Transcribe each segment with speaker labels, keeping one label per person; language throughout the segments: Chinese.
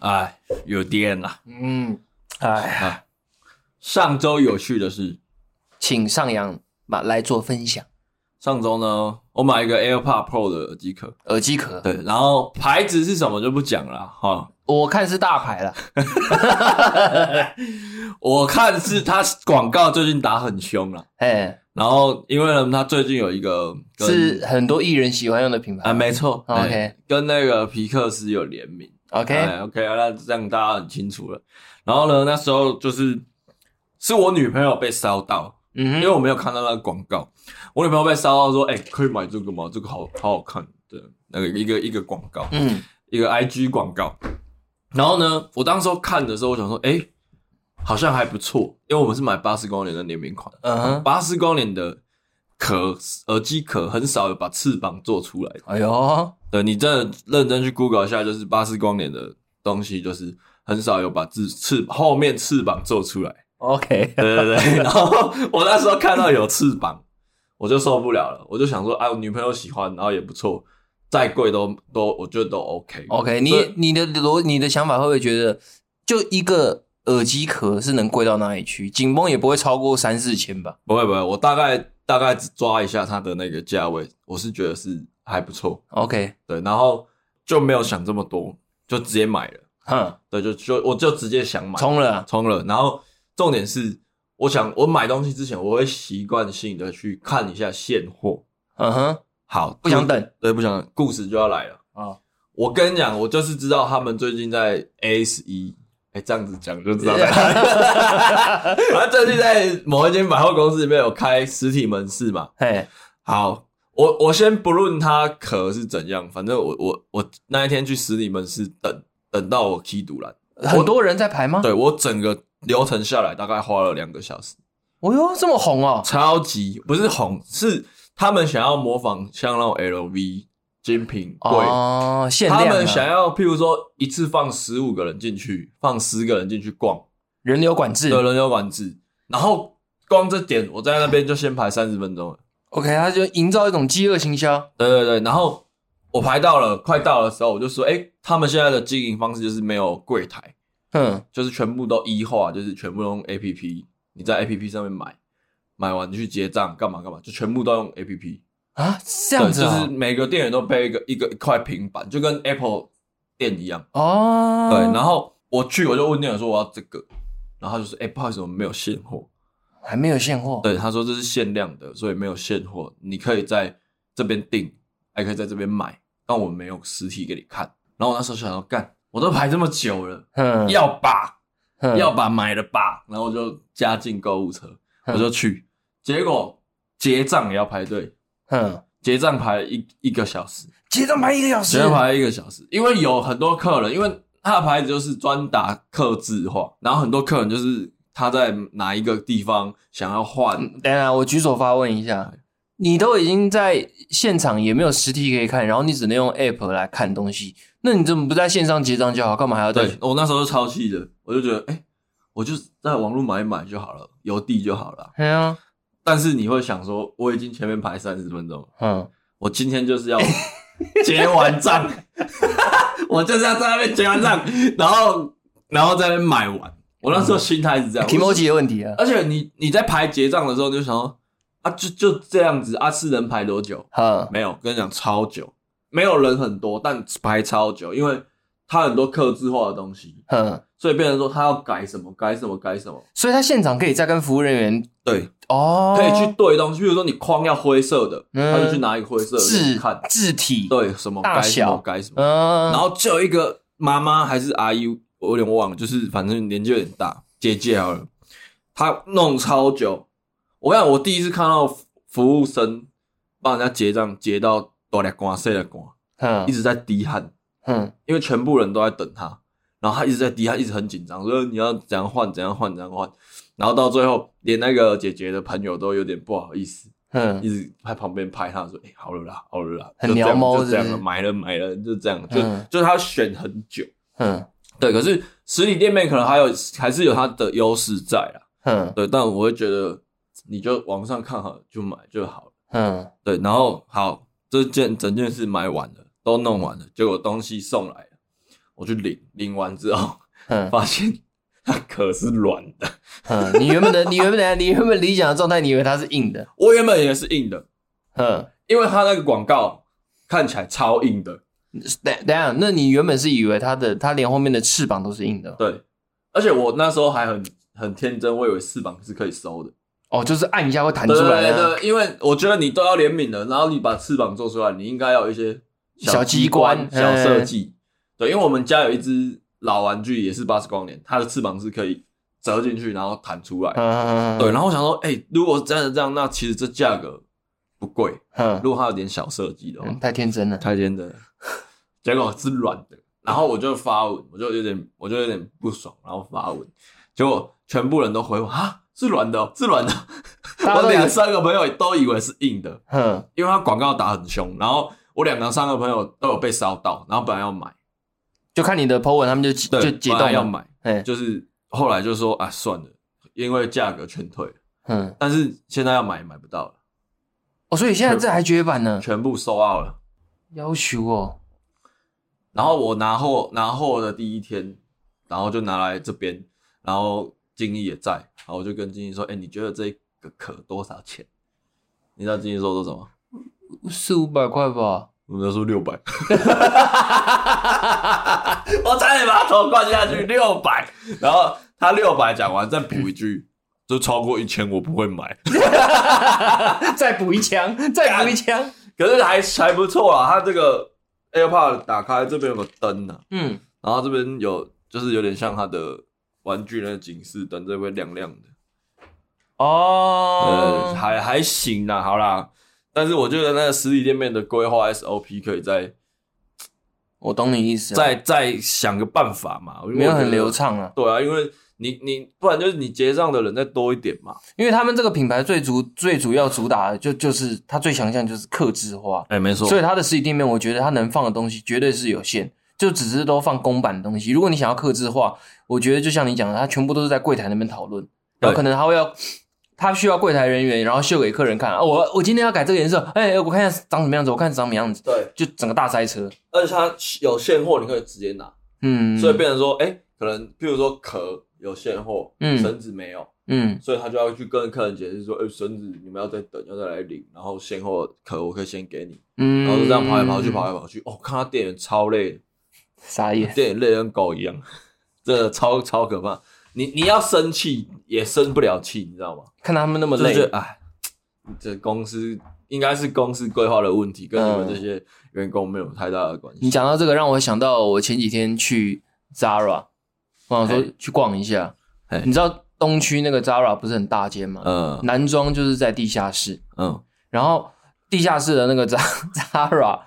Speaker 1: 哎有 DN 啦。
Speaker 2: 嗯，
Speaker 3: 哎，
Speaker 1: 上周有趣的是，
Speaker 2: 请上扬吧来做分享。
Speaker 1: 上周呢，我买一个 AirPod Pro 的耳机壳，
Speaker 2: 耳机壳，
Speaker 1: 对，然后牌子是什么就不讲了哈、
Speaker 2: 我看是大牌了，
Speaker 1: 我看是它广告最近打很凶了，
Speaker 2: 哎，
Speaker 1: 然后因为呢，它最近有一个跟
Speaker 2: 是很多艺人喜欢用的品牌。
Speaker 1: 啊，没错、
Speaker 2: 哦
Speaker 1: 哎
Speaker 2: OK
Speaker 1: 跟那个皮克斯有联名。
Speaker 2: OK，
Speaker 1: 哎 OK，那这样大家很清楚了。然后呢，那时候就是是我女朋友被烧到，因
Speaker 2: 嗯
Speaker 1: 为
Speaker 2: 哼，
Speaker 1: 我没有看到那个广告，我女朋友被烧到说：“哎、可以买这个吗？这个好好好看。”对，那个一个一个广告，
Speaker 2: 嗯，
Speaker 1: 一个 IG 广告。然后呢，我当时候看的时候，我想说：“哎、好像还不错，因为我们是买巴斯光年的联名款。
Speaker 2: 嗯哼，
Speaker 1: 巴斯光年的壳耳机壳很少有把翅膀做出来的。”
Speaker 2: 哎呦，
Speaker 1: 对你真的认真去 Google 一下，就是巴斯光年的东西，就是很少有把翅翅后面翅膀做出来。
Speaker 2: OK，
Speaker 1: 对对对，然后我那时候看到有翅膀，我就受不了了，我就想说，哎、啊，我女朋友喜欢，然后也不错，再贵都都我觉得都 OK。
Speaker 2: OK，你
Speaker 1: 所以
Speaker 2: 你的逻你的想法会不会觉得，就一个耳机壳是能贵到哪里去？紧绷也不会超过三四千吧？
Speaker 1: 不会不会，我大概大概抓一下它的那个价位，我是觉得是还不错，
Speaker 2: OK，
Speaker 1: 对，然后就没有想这么多，就直接买了，
Speaker 2: 哼，
Speaker 1: 对，就就我就直接想买，
Speaker 2: 冲了啊，
Speaker 1: 充了。然后重点是，我想我买东西之前，我会习惯性的去看一下现货。
Speaker 2: 嗯哼，
Speaker 1: 好，
Speaker 2: 不想等
Speaker 1: 对，不想等，故事就要来了。
Speaker 2: 啊，
Speaker 1: 我跟你讲，我就是知道他们最近在 A S 一，哎，这样子讲就知道在哪 里。反正最近在某一间百货公司里面有开实体门市嘛。
Speaker 2: 嘿，
Speaker 1: 好，我我先不论它壳是怎样，反正我我我那一天去实体门市等等到我 K 堵了，
Speaker 2: 很多人在排吗？
Speaker 1: 对我整个流程下来大概花了两个小时。
Speaker 2: 哦哟，这么红哦，
Speaker 1: 超级不是红，是他们想要模仿像那种 LV 精品柜，
Speaker 2: 哦，限
Speaker 1: 他
Speaker 2: 量
Speaker 1: 们想
Speaker 2: 啊，
Speaker 1: 要譬如说一次放十五个人进去，放十个人进去逛，
Speaker 2: 人流管制
Speaker 1: 有人有管制，然后光这点我在那边就先排三十分钟了，
Speaker 2: ，OK，他就营造一种饥饿行销，
Speaker 1: 对对对，然后我排到了，快到的时候我就说，哎、他们现在的经营方式就是没有柜台，
Speaker 2: 哼，
Speaker 1: 就是全部都一化，就是全部都用 APP，你在 APP 上面买，买完你去结账干嘛干嘛，就全部都用 APP。
Speaker 2: 啊，这样子
Speaker 1: 对
Speaker 2: 啊
Speaker 1: 就是每个店员都背一个一个一块平板，就跟 Apple 店一样。
Speaker 2: 哦，
Speaker 1: 对，然后我去我就问店员说我要这个，然后他就说：“哎、不好意思，我们没有现货。
Speaker 2: 还没有现货，”
Speaker 1: 对，他说这是限量的，所以没有现货，你可以在这边订，还可以在这边买，但我们没有实体给你看。然后我那时候想要干，我都排这么久了，
Speaker 2: 哼，
Speaker 1: 要吧，
Speaker 2: 哼
Speaker 1: 要吧，买了吧，然后我就加进购物车，
Speaker 2: 嗯
Speaker 1: 我就去，结果结账也要排队，
Speaker 2: 哼，
Speaker 1: 结账排了一一个小时。
Speaker 2: 结账排一个小时，
Speaker 1: 只能排一个小时，因为有很多客人，因为他的牌子就是专打客制化，然后很多客人就是他在哪一个地方想要换，
Speaker 2: 等一下，我举手发问一下，你都已经在现场也没有实体可以看，然后你只能用 App 来看东西，那你怎么不在线上结账就好？干嘛还要再
Speaker 1: 对我那时候就超气的，我就觉得，哎、我就在网络买一买就好了，邮递就好了。
Speaker 2: 对啊，
Speaker 1: 但是你会想说，我已经前面排三十分钟了，
Speaker 2: 嗯，
Speaker 1: 我今天就是要结完账， 我就是要在那边结完账，然后然后在那边买完。我那时候心态是这样，
Speaker 2: 提
Speaker 1: 我
Speaker 2: 摩
Speaker 1: 是
Speaker 2: 吉的问题啊，
Speaker 1: 而且你你在排结账的时候，你就想说啊，就就这样子啊，是能排多久？
Speaker 2: 哈，
Speaker 1: 没有，跟你讲超久，没有人很多，但排超久，因为它很多客制化的东西，
Speaker 2: 哼，
Speaker 1: 所以变成说他要改什么改什么改什么，
Speaker 2: 嗯所以他现场可以再跟服务人员
Speaker 1: 对，
Speaker 2: 哦，
Speaker 1: 可以去对东西，比如说你框要灰色的，
Speaker 2: 嗯
Speaker 1: 他就去拿一个灰色的
Speaker 2: 字
Speaker 1: 看，
Speaker 2: 字体，
Speaker 1: 对什么
Speaker 2: 大
Speaker 1: 改什
Speaker 2: 小
Speaker 1: 么改什么，
Speaker 2: 嗯，
Speaker 1: 然后就有一个妈妈还是阿姨，我有点忘了，就是反正年纪有点大，姐姐好了，她弄超久。我看我第一次看到服服务生帮人家结账，结到哆啦呱塞的呱，一
Speaker 2: 哼
Speaker 1: 直在滴汗，
Speaker 2: 哼，
Speaker 1: 因为全部人都在等他，然后他一直在滴汗，一直很紧张，说你要怎样换，怎样换，怎样换。然后到最后，连那个姐姐的朋友都有点不好意思，
Speaker 2: 哼，
Speaker 1: 一直在旁边拍他说：“哎、好了啦，好了啦，
Speaker 2: 很
Speaker 1: 就这样
Speaker 2: 撩猫
Speaker 1: 就这样
Speaker 2: 是
Speaker 1: 了，
Speaker 2: 不是
Speaker 1: 买了买了，就这样，就、
Speaker 2: 嗯
Speaker 1: 就他选很久。
Speaker 2: 哼，
Speaker 1: 对，可是实体店面可能还有还是有它的优势在啦。
Speaker 2: 哼，
Speaker 1: 对，但我会觉得你就网上看好就买就好了。
Speaker 2: 哼，
Speaker 1: 对，然后好，这件整件事买完了，都弄完了，结果东西送来了，我去领，领完之后，
Speaker 2: 嗯
Speaker 1: 发现它壳是软的。
Speaker 2: 嗯，你原本的你原本的你原本理想的状态，你以为它是硬的，
Speaker 1: 我原本也是硬的，
Speaker 2: 嗯，
Speaker 1: 因为它那个广告看起来超硬的，
Speaker 2: 等等一下，那你原本是以为它的它连后面的翅膀都是硬的，
Speaker 1: 对。而且我那时候还很很天真，我以为翅膀是可以收的。
Speaker 2: 哦，就是按一下会弹出
Speaker 1: 对
Speaker 2: 来啊
Speaker 1: 对
Speaker 2: 的，
Speaker 1: 对，因为我觉得你都要怜悯了，然后你把翅膀做出来，你应该要有一些
Speaker 2: 小
Speaker 1: 机
Speaker 2: 机关哎
Speaker 1: 小设计。对，因为我们家有一只老玩具，也是巴斯光年，它的翅膀是可以折进去，然后弹出来。
Speaker 2: 嗯，
Speaker 1: 对，然后我想说，哎、如果真的这样，那其实这价格不贵。
Speaker 2: 嗯，
Speaker 1: 如果它有点小设计的话，
Speaker 2: 嗯，太天真了，
Speaker 1: 太天真了。结果是软的，然后我就发文，我就有点，我就有点不爽，然后发文，结果全部人都回我啊，是软的哦，是软的哦。
Speaker 2: 大家
Speaker 1: 我
Speaker 2: 都以为
Speaker 1: 两三个朋友都以为是硬的，
Speaker 2: 嗯，
Speaker 1: 因为它广告打很凶，然后我两个三个朋友都有被烧到，然后本来要买，
Speaker 2: 就看你的 po 文，他们就
Speaker 1: 对，
Speaker 2: 就解
Speaker 1: 本来
Speaker 2: 冻
Speaker 1: 要
Speaker 2: 了，
Speaker 1: 买，
Speaker 2: 哎，
Speaker 1: 就是后来就说啊，算了，因为价格全退了，
Speaker 2: 嗯，
Speaker 1: 但是现在要买也买不到了，
Speaker 2: 哦，所以现在这还绝版呢，
Speaker 1: 全部收 out 了。
Speaker 2: 要求哦，
Speaker 1: 然后我拿货拿货的第一天，然后就拿来这边，然后经理也在，然后我就跟经理说：“哎、你觉得这个壳多少钱？”你知道经理说多少吗？
Speaker 2: 四五百块吧，
Speaker 1: 我们说六百， 我差点把头灌下去，六百。然后他六百讲完，再补一句：“就超过一千我不会买。
Speaker 2: 再补一枪，再补一枪，”
Speaker 1: 可是还还不错啊，他这个 AirPod 打开这边有个灯呢、啊，
Speaker 2: 嗯，
Speaker 1: 然后这边有就是有点像它的玩具那个警示灯，这边亮亮的，呃，
Speaker 2: 哦，
Speaker 1: 还还行啦，好啦。但是我觉得那个实体店面的规划 SOP 可以再
Speaker 2: 我懂你意思，
Speaker 1: 再再想个办法嘛，因为
Speaker 2: 啊没有
Speaker 1: 我觉
Speaker 2: 很
Speaker 1: 得
Speaker 2: 流。畅啊，
Speaker 1: 对啊，因为你你不然就是你结账的人再多一点嘛。
Speaker 2: 因为他们这个品牌最主最主要主打的就就是它最强项就是克制化，
Speaker 1: 哎、没错
Speaker 2: 所以它的实体店面，我觉得它能放的东西绝对是有限，就只是都放公版的东西。如果你想要克制化，我觉得就像你讲的，它全部都是在柜台那边讨论，然后可能他会要，他需要柜台人员，然后秀给客人看，啊、我我今天要改这个颜色，哎、我看一下长什么样子，我看长什么样子，
Speaker 1: 对，
Speaker 2: 就整个大塞车。
Speaker 1: 而且它有现货，你可以直接拿，
Speaker 2: 嗯，
Speaker 1: 所以变成说，哎、可能譬如说壳有现货，
Speaker 2: 嗯
Speaker 1: 绳子没有，
Speaker 2: 嗯
Speaker 1: 所以他就要去跟客人解释说，哎、绳子你们要再等，要再来领，然后先后可我可以先给你，
Speaker 2: 嗯，
Speaker 1: 然后就这样跑来跑去，跑来跑去。哦，看他店员超累，
Speaker 2: 傻眼。
Speaker 1: 店员累得跟狗一样，真的超超可怕。你你要生气也生不了气，你知道吗？
Speaker 2: 看他们那么
Speaker 1: 就
Speaker 2: 累，
Speaker 1: 是哎，这公司应该是公司规划的问题，跟你们
Speaker 2: 嗯
Speaker 1: 这些员工没有太大的关系。
Speaker 2: 你讲到这个，让我想到我前几天去 Zara，我想说
Speaker 1: 嘿
Speaker 2: 去逛一下
Speaker 1: 嘿。
Speaker 2: 你知道东区那个 Zara 不是很大间吗？
Speaker 1: 嗯
Speaker 2: 男装就是在地下室，
Speaker 1: 嗯，
Speaker 2: 然后地下室的那个 Za- Zara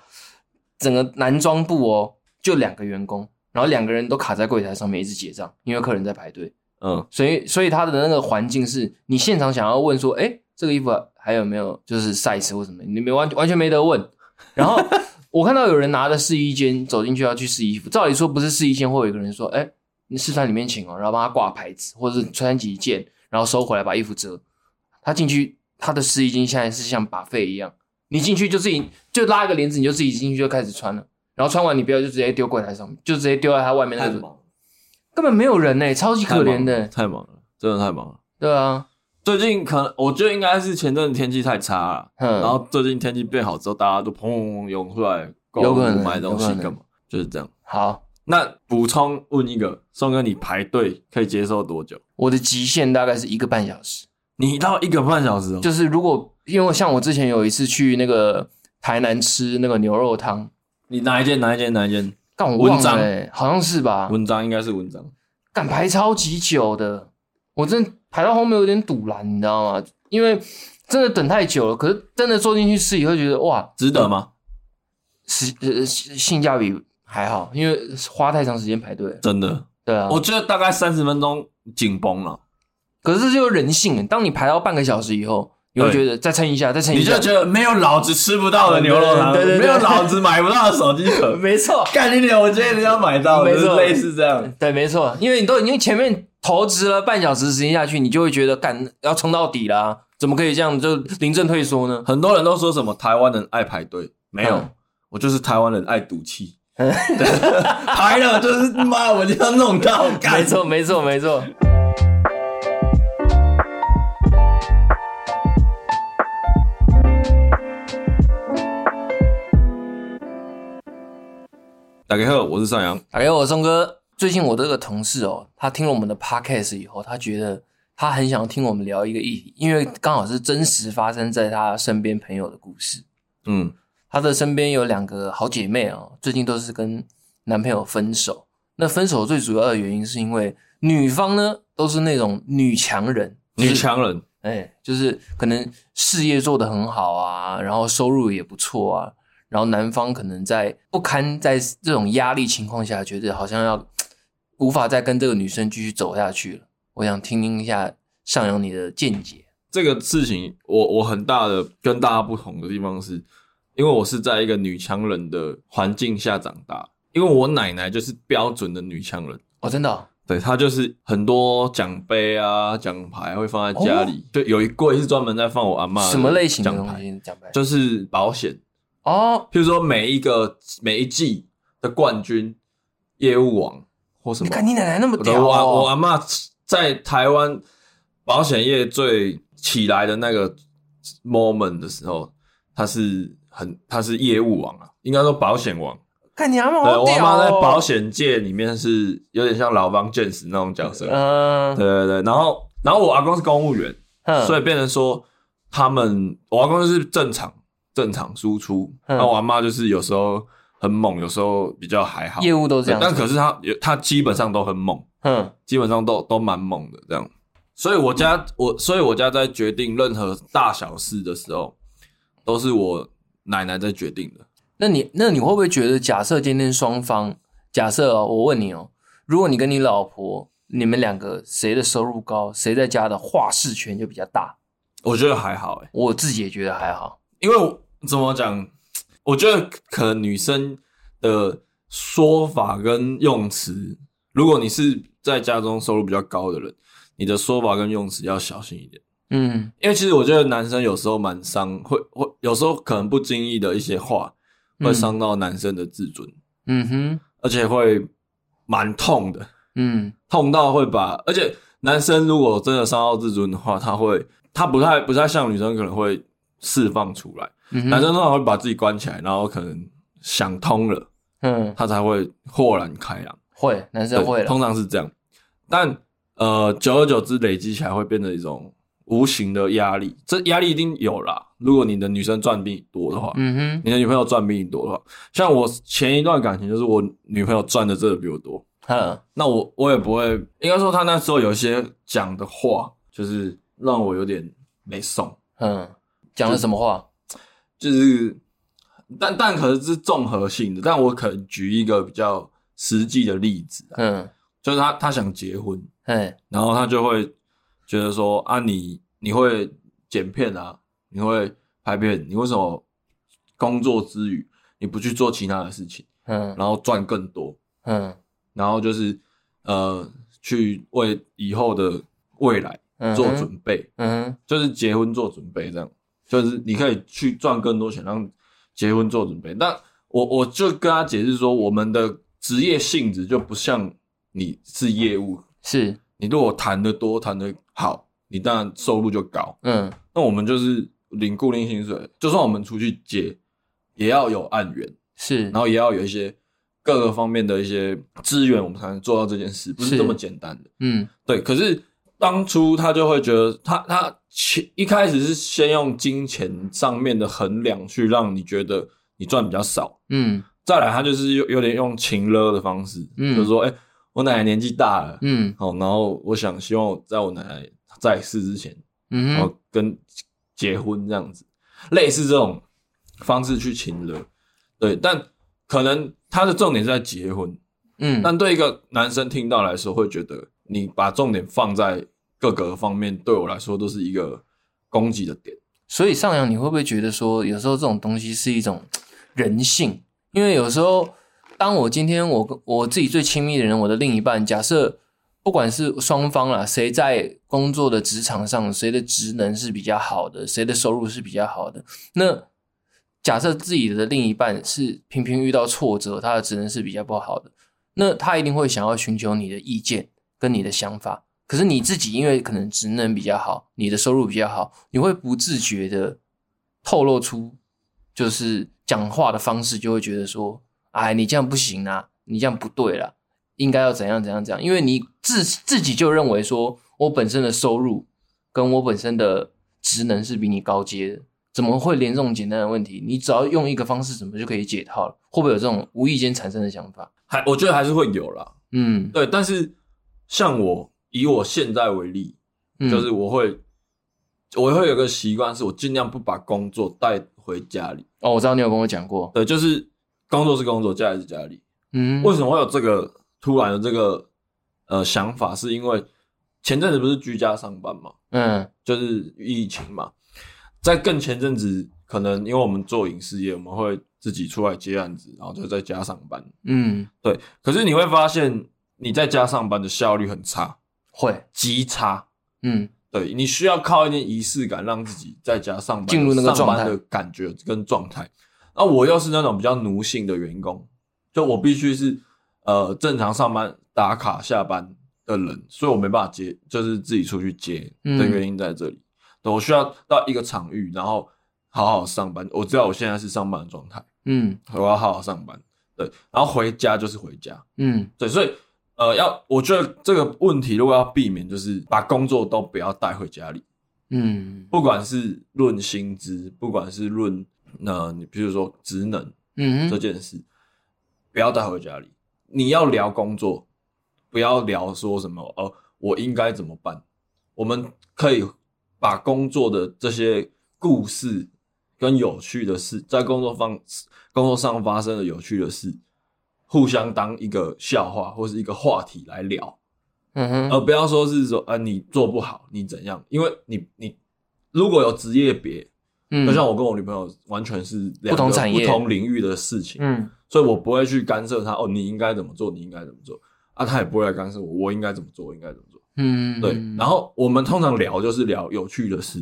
Speaker 2: 整个男装部哦，就两个员工，然后两个人都卡在柜台上面一直结账，因为客人在排队，
Speaker 1: 嗯
Speaker 2: 所以所以他的那个环境是你现场想要问说，哎，这个衣服还有没有就是 size 或什么，你没完完全没得问。然后我看到有人拿着试衣间走进去要去试衣服，照理说不是试衣间会有一个人说，哎，你试穿里面请哦，然后帮他挂牌子，或者是穿几件，然后收回来把衣服折。他进去，他的试衣间现在是像把费一样，你进去就自己就拉一个帘子，你就自己进去就开始穿了。然后穿完你不要就直接丢柜台上面，就直接丢在他外面那个，
Speaker 1: 忙，
Speaker 2: 根本没有人呢、欸超级可怜的、
Speaker 1: 太忙了，真的太忙了。
Speaker 2: 对啊，
Speaker 1: 最近可能我觉得应该是前阵子天气太差了，
Speaker 2: 嗯，
Speaker 1: 然后最近天气变好之后，大家都砰涌出来购
Speaker 2: 有
Speaker 1: 物
Speaker 2: 可能
Speaker 1: 买东西
Speaker 2: 有可能
Speaker 1: 干嘛，就是这样。
Speaker 2: 好，
Speaker 1: 那补充问一个，宋哥，你排队可以接受多久？
Speaker 2: 我的极限大概是一个半小时，
Speaker 1: 你到一个半小时哦，
Speaker 2: 就是如果因为像我之前有一次去那个台南吃那个牛肉汤，
Speaker 1: 你哪一件哪一件哪一件？
Speaker 2: 干我忘
Speaker 1: 文
Speaker 2: 了、
Speaker 1: 章
Speaker 2: 欸，好像是吧？
Speaker 1: 文章应该是文章，
Speaker 2: 干排超级久的，我真的排到后面有点堵拦，你知道吗？因为真的等太久了，可是真的坐进去吃以后，觉得哇，
Speaker 1: 值得吗？
Speaker 2: 时呃性价比还好，因为花太长时间排队了。
Speaker 1: 真的，
Speaker 2: 对啊，
Speaker 1: 我觉得大概三十分钟紧绷了，
Speaker 2: 可是这就是人性，当你排到半个小时以后，你会
Speaker 1: 对
Speaker 2: 觉得再撑一下，再撑
Speaker 1: 哎
Speaker 2: 一
Speaker 1: 你
Speaker 2: 下，
Speaker 1: 就觉得没有老子吃不到的牛肉汤，
Speaker 2: 对对对对。
Speaker 1: 没有老子买不到的手机壳
Speaker 2: 没错，
Speaker 1: 干你点，我觉得你要买到，
Speaker 2: 没
Speaker 1: 就
Speaker 2: 错
Speaker 1: 是类似这样。
Speaker 2: 对，没错，因为你都已经前面投资了半小时时间下去，你就会觉得干要冲到底啦，怎么可以这样就临阵退缩呢？
Speaker 1: 很多人都说什么台湾人爱排队，没有，
Speaker 2: 嗯
Speaker 1: 我就是台湾人爱赌气。排了就是妈，我就要弄到
Speaker 2: 没
Speaker 1: 干。
Speaker 2: 错，没错，没错。
Speaker 1: 大家好，我是尚阳，
Speaker 2: 哎呦，松哥，最近我这个同事哦，他听了我们的 podcast 以后，他觉得他很想听我们聊一个议题，因为刚好是真实发生在他身边朋友的故事。
Speaker 1: 嗯
Speaker 2: 她的身边有两个好姐妹哦，最近都是跟男朋友分手。那分手最主要的原因是因为女方呢都是那种女强人，
Speaker 1: 女强人，
Speaker 2: 哎，就是可能事业做得很好啊，然后收入也不错啊，然后男方可能在不堪在这种压力情况下，觉得好像要无法再跟这个女生继续走下去了。我想听听一下上扬你的见解。
Speaker 1: 这个事情，我我很大的跟大家不同的地方是，因为我是在一个女强人的环境下长大，因为我奶奶就是标准的女强人，
Speaker 2: 哦，真的哦、
Speaker 1: 对她就是很多奖杯啊、奖牌会放在家里，就有一柜是专门在放我阿妈
Speaker 2: 哦什么类型的
Speaker 1: 奖
Speaker 2: 东
Speaker 1: 牌，
Speaker 2: 西？讲白
Speaker 1: 就是保险，
Speaker 2: 哦，
Speaker 1: 譬如说每一个每一季的冠军、业务王或什
Speaker 2: 你
Speaker 1: 么，
Speaker 2: 看你奶奶那么
Speaker 1: 我的
Speaker 2: 屌、
Speaker 1: 我阿
Speaker 2: 哦，
Speaker 1: 我阿妈在台湾保险业最起来的那个 moment 的时候，她是很她是业务王啊，应该说保险王。
Speaker 2: 看你阿
Speaker 1: 对
Speaker 2: 妈好
Speaker 1: 我阿
Speaker 2: 屌、
Speaker 1: 妈
Speaker 2: 哦！
Speaker 1: 在保险界里面是有点像老帮 James 那种角色。
Speaker 2: 嗯，
Speaker 1: 对对对，然后然后我阿公是公务员，
Speaker 2: 嗯，
Speaker 1: 所以变成说他们我阿公就是正常正常输出，
Speaker 2: 嗯
Speaker 1: 然后我阿妈就是有时候很猛，有时候比较还好。
Speaker 2: 业务都这
Speaker 1: 对
Speaker 2: 样子。
Speaker 1: 但可是他他基本上都很猛。
Speaker 2: 嗯，
Speaker 1: 基本上都都蛮猛的这样。所以我家我所以我家在决定任何大小事的时候，都是我奶奶在决定的。
Speaker 2: 那你那你会不会觉得，假设今天双方，假设、哦、我问你哦，如果你跟你老婆，你们两个谁的收入高，谁在家的话事权就比较大？
Speaker 1: 我觉得还好欸诶、
Speaker 2: 我自己也觉得还好。
Speaker 1: 因为我怎么讲，我觉得可能女生的说法跟用词，如果你是在家中收入比较高的人，你的说法跟用词要小心一点。
Speaker 2: 嗯
Speaker 1: 因为其实我觉得男生有时候蛮伤，会会有时候可能不经意的一些话会伤到男生的自尊。
Speaker 2: 嗯哼，
Speaker 1: 而且会蛮痛的，
Speaker 2: 嗯
Speaker 1: 痛到会把，而且男生如果真的伤到自尊的话，他会，他不太不太像女生可能会释放出来，
Speaker 2: 嗯哼，
Speaker 1: 男生通常会把自己关起来，然后可能想通了，
Speaker 2: 嗯
Speaker 1: 他才会豁然开朗，
Speaker 2: 会，男生会了。
Speaker 1: 通常是这样，但呃，久而久之累积起来会变成一种无形的压力，这压力一定有啦，如果你的女生赚比你多的话，
Speaker 2: 嗯
Speaker 1: 你的女朋友赚比你多的话，像我前一段感情就是我女朋友赚的真的比我多。
Speaker 2: 哼，嗯
Speaker 1: 那我我也不会，应该说他那时候有一些讲的话，就是让我有点没送，
Speaker 2: 嗯，讲了什么话？
Speaker 1: 就是但但可是是综合性的，但我可能举一个比较实际的例子啊，
Speaker 2: 嗯，
Speaker 1: 就是他他想结婚，
Speaker 2: 哎，
Speaker 1: 然后他就会觉得说啊你你会剪片啊，你会拍片，你为什么工作之余你不去做其他的事情，
Speaker 2: 嗯
Speaker 1: 然后赚更多？
Speaker 2: 嗯
Speaker 1: 然后就是呃，去为以后的未来
Speaker 2: 嗯，
Speaker 1: 做准备，
Speaker 2: 嗯
Speaker 1: 就是结婚做准备，这样就是你可以去赚更多钱，让结婚做准备。但我我就跟他解释说，我们的职业性质就不像你是业务，
Speaker 2: 是，
Speaker 1: 你如果谈的多，谈的好，你当然收入就高。
Speaker 2: 嗯
Speaker 1: 那我们就是领固定薪水，就算我们出去接，也要有案源。
Speaker 2: 是，
Speaker 1: 然后也要有一些各个方面的一些资源，我们才能做到这件事，不是
Speaker 2: 是
Speaker 1: 这么简单的。
Speaker 2: 嗯
Speaker 1: 对，可是当初他就会觉得他，他前一开始是先用金钱上面的衡量去让你觉得你赚比较少，
Speaker 2: 嗯
Speaker 1: 再来他就是有有点用情勒的方式，
Speaker 2: 嗯
Speaker 1: 就是说，哎、我奶奶年纪大了，
Speaker 2: 嗯
Speaker 1: 好、然后我想希望我在我奶奶在世之前，
Speaker 2: 嗯
Speaker 1: 然
Speaker 2: 哼，
Speaker 1: 后跟结婚这样子，类似这种方式去请了，对，但可能他的重点是在结婚，
Speaker 2: 嗯，
Speaker 1: 但对一个男生听到来说，会觉得你把重点放在各个方面，对我来说都是一个攻击的点。
Speaker 2: 所以上扬，你会不会觉得说，有时候这种东西是一种人性？因为有时候，当我今天我跟我自己最亲密的人，我的另一半，假设不管是双方啦，谁在工作的职场上，谁的职能是比较好的，谁的收入是比较好的，那假设自己的另一半是频频遇到挫折，他的职能是比较不好的，那他一定会想要寻求你的意见跟你的想法。可是你自己因为可能职能比较好，你的收入比较好，你会不自觉的透露出，就是讲话的方式就会觉得说，哎，你这样不行啊，你这样不对啦，应该要怎样怎样怎样，因为你自自己就认为说我本身的收入跟我本身的职能是比你高阶的，怎么会连这种简单的问题，你只要用一个方式，怎么就可以解套了？会不会有这种无意间产生的想法？
Speaker 1: 还我觉得还是会有啦。
Speaker 2: 嗯，
Speaker 1: 对，但是像我以我现在为例，
Speaker 2: 嗯
Speaker 1: 就是我会我会有个习惯，是我尽量不把工作带回家里。
Speaker 2: 哦，我知道你有跟我讲过，
Speaker 1: 对，就是工作是工作，家里是家里。
Speaker 2: 嗯，
Speaker 1: 为什么会有这个突然的这个呃想法？是因为前阵子不是居家上班嘛，
Speaker 2: 嗯
Speaker 1: 就是疫情嘛，在更前阵子，可能因为我们做影视业，我们会自己出来接案子，然后就在家上班。
Speaker 2: 嗯
Speaker 1: 对，可是你会发现你在家上班的效率很差，
Speaker 2: 会，
Speaker 1: 极差。
Speaker 2: 嗯
Speaker 1: 对你需要靠一点仪式感，让自己在家上班
Speaker 2: 进入那个
Speaker 1: 上
Speaker 2: 状态
Speaker 1: 班的感觉跟状态。那我又是那种比较奴性的员工，就我必须是呃正常上班打卡下班的人，所以我没办法接，就是自己出去接
Speaker 2: 嗯
Speaker 1: 的原因在这里。对我需要到一个场域，然后好好上班。我知道我现在是上班的状态，
Speaker 2: 嗯
Speaker 1: 我要好好上班。对，然后回家就是回家，
Speaker 2: 嗯
Speaker 1: 对，所以呃，要我觉得这个问题如果要避免，就是把工作都不要带回家里，
Speaker 2: 嗯
Speaker 1: 不管是论薪资，不管是论呃，你比如说职能
Speaker 2: 嗯
Speaker 1: 这
Speaker 2: 哼
Speaker 1: 件事，不要带回家里。你要聊工作，不要聊说什么哦、呃我应该怎么办？我们可以把工作的这些故事跟有趣的事，在工作方工作上发生的有趣的事，互相当一个笑话或是一个话题来聊。
Speaker 2: 嗯
Speaker 1: 而
Speaker 2: 哼，
Speaker 1: 不要说是说啊你做不好，你怎样？因为你你如果有职业别，
Speaker 2: 嗯
Speaker 1: 就像我跟我女朋友完全是两个
Speaker 2: 不同产业
Speaker 1: 不同领域的事情，
Speaker 2: 嗯
Speaker 1: 所以我不会去干涉她。哦，你应该怎么做？你应该怎么做？啊，她也不会来干涉我，我应该怎么做？我应该怎么做？
Speaker 2: 嗯
Speaker 1: 对。然后我们通常聊就是聊有趣的事，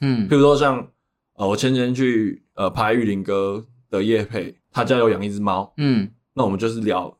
Speaker 2: 嗯
Speaker 1: 譬如说像呃，我前几天去呃拍玉林哥的夜配，他家有养一只猫，
Speaker 2: 嗯
Speaker 1: 那我们就是聊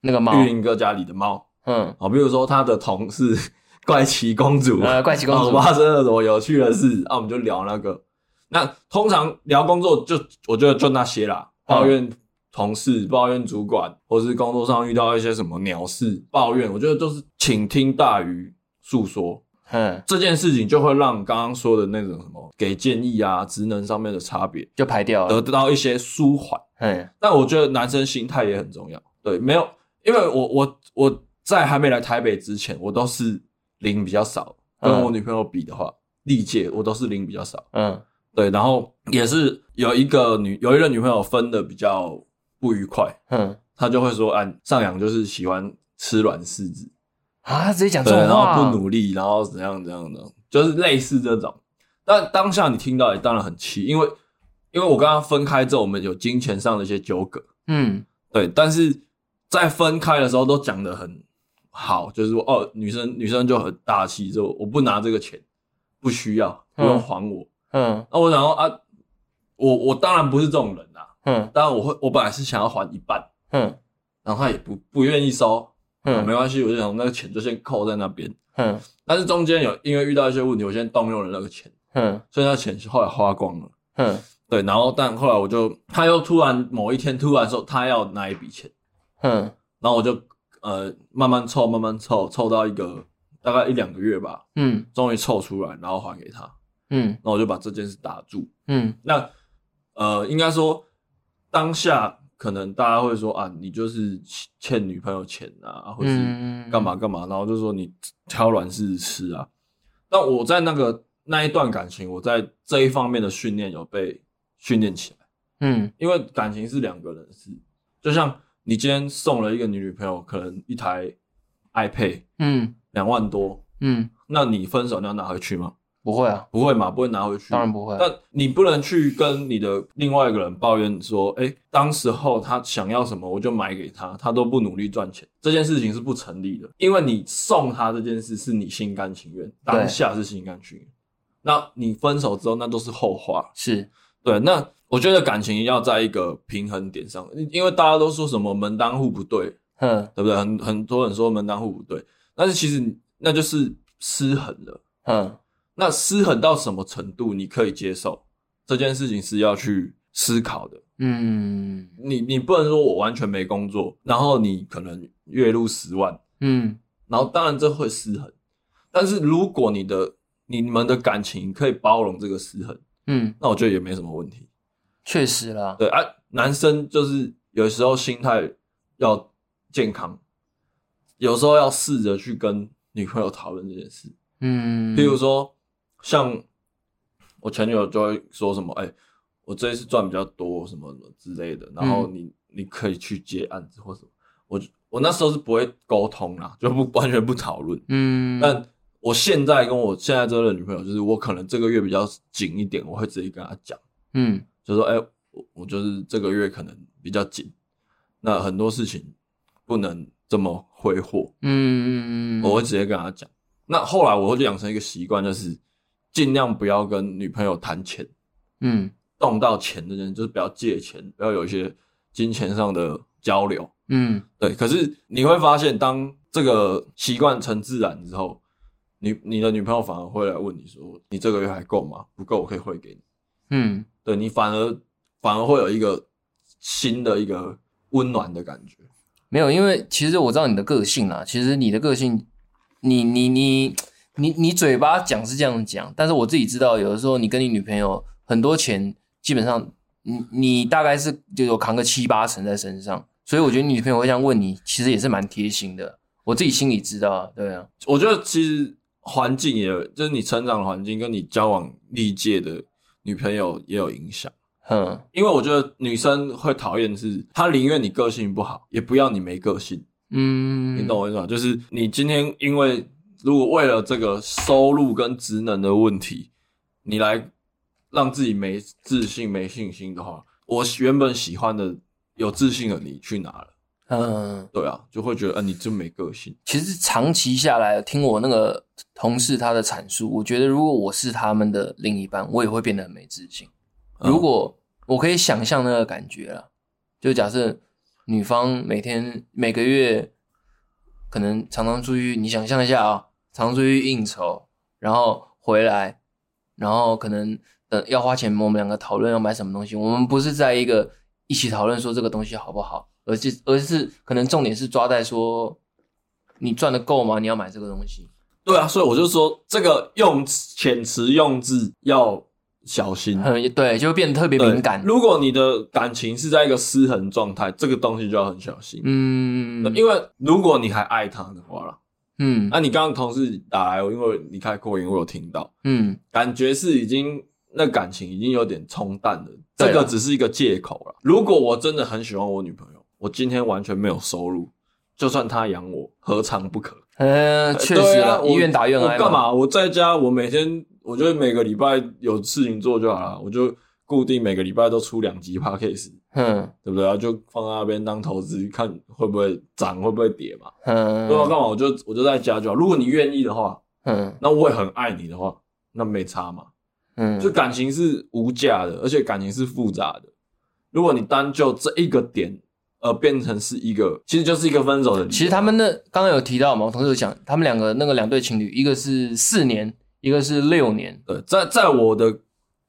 Speaker 2: 那个猫
Speaker 1: 玉林哥家里的猫。哦
Speaker 2: 嗯
Speaker 1: 好，比如说他的同事 怪奇公主，
Speaker 2: 呃怪奇公主
Speaker 1: 哦发生了什么有趣的事，啊，我们就聊那个。那通常聊工作就我觉得就那些啦，抱怨同事、抱怨主管，或是工作上遇到一些什么鸟事抱怨，我觉得就是倾听大于诉说
Speaker 2: 嗯
Speaker 1: 这件事情，就会让刚刚说的那种什么给建议啊、职能上面的差别
Speaker 2: 就排掉
Speaker 1: 得
Speaker 2: 了，
Speaker 1: 到一些舒缓。
Speaker 2: 嗯
Speaker 1: 但我觉得男生心态也很重要。对，没有，因为我我我在还没来台北之前，我都是零比较少，
Speaker 2: 嗯
Speaker 1: 跟我女朋友比的话，历届我都是零比较少。
Speaker 2: 嗯
Speaker 1: 对，然后也是有一个女有一个女朋友分的比较不愉快，
Speaker 2: 嗯
Speaker 1: 她就会说，按上扬就是喜欢吃软柿子，
Speaker 2: 啊，直接讲这
Speaker 1: 对，
Speaker 2: 种
Speaker 1: 然后
Speaker 2: 话，
Speaker 1: 不努力，然后怎样怎样的，就是类似这种。但当下你听到也当然很气，因为因为我跟她分开之后，我们有金钱上的一些纠葛，
Speaker 2: 嗯
Speaker 1: 对，但是在分开的时候都讲的很好，就是说哦，女生女生就很大气，就我不拿这个钱，不需要，不用还我。
Speaker 2: 嗯
Speaker 1: 那、我想说啊，我我当然不是这种人啦、
Speaker 2: 嗯
Speaker 1: 当然我会，我本来是想要还一半，
Speaker 2: 嗯
Speaker 1: 然后他也不不愿意收，啊没
Speaker 2: 嗯
Speaker 1: 关系，我就想那个钱就先扣在那边。
Speaker 2: 嗯
Speaker 1: 但是中间有因为遇到一些问题，我先动用了那个钱，
Speaker 2: 嗯
Speaker 1: 所以那钱是后来花光了。
Speaker 2: 嗯
Speaker 1: 对，然后但后来我就，他又突然某一天突然说他要那一笔钱。
Speaker 2: 嗯
Speaker 1: 然后我就呃慢慢凑，慢慢凑，凑到一个大概一两个月吧，
Speaker 2: 嗯
Speaker 1: 终于凑出来，然后还给他。
Speaker 2: 嗯
Speaker 1: 然后我就把这件事打住。
Speaker 2: 嗯
Speaker 1: 那呃，应该说当下可能大家会说啊，你就是欠女朋友钱啊，或是
Speaker 2: 嗯，
Speaker 1: 干嘛干嘛，然后就说你挑软柿子吃啊。但我在那个那一段感情，我在这一方面的训练有被训练起来。
Speaker 2: 嗯
Speaker 1: 因为感情是两个人的事，就像你今天送了一个你女朋友，可能一台 iPad
Speaker 2: 嗯
Speaker 1: 两万多，
Speaker 2: 嗯，
Speaker 1: 那你分手你要拿回去吗？
Speaker 2: 不会啊，
Speaker 1: 不会嘛，不会拿回去。
Speaker 2: 当然不会啊，
Speaker 1: 但你不能去跟你的另外一个人抱怨说，哎、当时候他想要什么我就买给他，他都不努力赚钱，这件事情是不成立的。因为你送他这件事是你心甘情愿，当下是心甘情愿。那你分手之后，那都是后话。
Speaker 2: 是
Speaker 1: 对，那我觉得感情要在一个平衡点上，因为大家都说什么门当户不对，
Speaker 2: 哼
Speaker 1: 对不对？很很多人说门当户不对，但是其实那就是失衡了。
Speaker 2: 哼，
Speaker 1: 那失衡到什么程度你可以接受这件事情是要去思考的。
Speaker 2: 嗯
Speaker 1: 你你不能说我完全没工作，然后你可能月入十万，
Speaker 2: 嗯
Speaker 1: 然后当然这会失衡，但是如果你的你们的感情可以包容这个失衡，
Speaker 2: 嗯，
Speaker 1: 那我觉得也没什么问题。
Speaker 2: 确实啦，
Speaker 1: 对啊，男生就是有时候心态要健康，有时候要试着去跟女朋友讨论这件事。
Speaker 2: 嗯，
Speaker 1: 譬如说，像我前女友就会说什么：“哎、我这一次赚比较多，什么什么之类的。”然后你、你可以去接案子或什么。我我那时候是不会沟通啦，就不完全不讨论。
Speaker 2: 嗯，
Speaker 1: 但我现在跟我现在这个女朋友，就是我可能这个月比较紧一点，我会直接跟她讲。
Speaker 2: 嗯
Speaker 1: 就说，哎、我我就是这个月可能比较紧，那很多事情不能这么挥霍，
Speaker 2: 嗯，
Speaker 1: 我会直接跟他讲。那后来我会养成一个习惯，就是尽量不要跟女朋友谈钱，
Speaker 2: 嗯
Speaker 1: 动到钱的人就是不要借钱，不要有一些金钱上的交流。
Speaker 2: 嗯
Speaker 1: 对，可是你会发现，当这个习惯成自然之后，你你的女朋友反而会来问你说：“你这个月还够吗？不够，我可以汇给你。”
Speaker 2: 嗯
Speaker 1: 对你反而反而会有一个新的一个温暖的感觉。
Speaker 2: 没有，因为其实我知道你的个性啦。其实你的个性，你你你你你嘴巴讲是这样讲，但是我自己知道，有的时候你跟你女朋友很多钱，基本上你你大概是就有扛个七八成在身上，所以我觉得你女朋友会这样问你，其实也是蛮贴心的。我自己心里知道啊，对啊，
Speaker 1: 我觉得其实环境也就是你成长的环境跟你交往历届的女朋友也有影响。
Speaker 2: 哼，
Speaker 1: 因为我觉得女生会讨厌是，她宁愿你个性不好，也不要你没个性。
Speaker 2: 嗯，
Speaker 1: 你懂我意思吗？就是你今天因为如果为了这个收入跟职能的问题，你来让自己没自信、没信心的话，我原本喜欢的有自信的你去哪了？
Speaker 2: 嗯。
Speaker 1: 对啊，就会觉得，嗯、你真没个性。
Speaker 2: 其实长期下来，听我那个同事他的阐述，我觉得如果我是他们的另一半，我也会变得很没自信。
Speaker 1: 嗯
Speaker 2: 如果我可以想象那个感觉了，就假设女方每天每个月可能常常出去，你想象一下啊、常常出去应酬，然后回来，然后可能等要花钱，我们两个讨论要买什么东西，我们不是在一个一起讨论说这个东西好不好，而是而是可能重点是抓在说你赚的够吗？你要买这个东西。
Speaker 1: 对啊，所以我就说，这个用词遣词用字要小心，
Speaker 2: 很对，就会变得特别
Speaker 1: 嗯对
Speaker 2: 敏感。
Speaker 1: 如果你的感情是在一个失衡状态，这个东西就要很小心。
Speaker 2: 嗯，
Speaker 1: 因为如果你还爱他的话啦，
Speaker 2: 嗯
Speaker 1: 那、你刚刚同事打来，我因为你开扩音，我有听到，
Speaker 2: 嗯
Speaker 1: 感觉是已经那感情已经有点冲淡了，
Speaker 2: 对
Speaker 1: 这
Speaker 2: 啊
Speaker 1: 个只是一个借口了。如果我真的很喜欢我女朋友，我今天完全没有收入，就算她养我，何尝不可？
Speaker 2: 呃，确实
Speaker 1: 对
Speaker 2: 啦
Speaker 1: 啊，，
Speaker 2: 医院打院
Speaker 1: 我
Speaker 2: 挨
Speaker 1: 干？嘛？我在家，我每天，我就每个礼拜有事情做就好了，我就固定每个礼拜都出两集 p a c a s e
Speaker 2: 嗯
Speaker 1: 对不对？然后就放在那边当投资，看会不会涨，会不会跌嘛。对啊，
Speaker 2: 嗯
Speaker 1: 干嘛？我就我就在家就好。如果你愿意的话，
Speaker 2: 嗯
Speaker 1: 那我也很爱你的话，那没差嘛。
Speaker 2: 嗯，
Speaker 1: 就感情是无价的，而且感情是复杂的。如果你单就这一个点，呃，变成是一个，其实就是一个分手的理由。
Speaker 2: 其实他们那刚刚有提到嘛，我同事有讲，他们两个那个两对情侣，一个是四年，一个是六年。
Speaker 1: 对，呃在在我的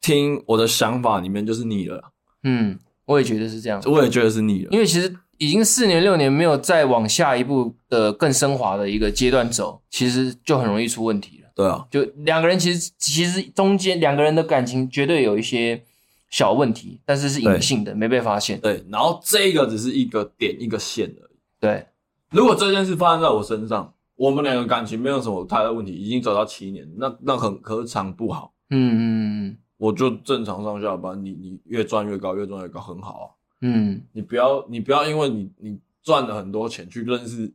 Speaker 1: 听我的想法里面就是腻了啦，
Speaker 2: 嗯，我也觉得是这样，
Speaker 1: 我也觉得是腻了。
Speaker 2: 因为其实已经四年六年没有再往下一步的更升华的一个阶段走，其实就很容易出问题了。
Speaker 1: 对啊，
Speaker 2: 就两个人其实其实中间两个人的感情绝对有一些小问题，但是是隐
Speaker 1: 对
Speaker 2: 性的，没被发现。
Speaker 1: 对，然后这个只是一个点一个线而已。
Speaker 2: 对，
Speaker 1: 如果这件事发生在我身上，我们两个感情没有什么太大问题，已经走到七年，那那很何尝不好？
Speaker 2: 嗯嗯
Speaker 1: 我就正常上下班，你你越赚越高，越赚越高，很好啊。
Speaker 2: 嗯
Speaker 1: 你不要你不要因为你你赚了很多钱去认识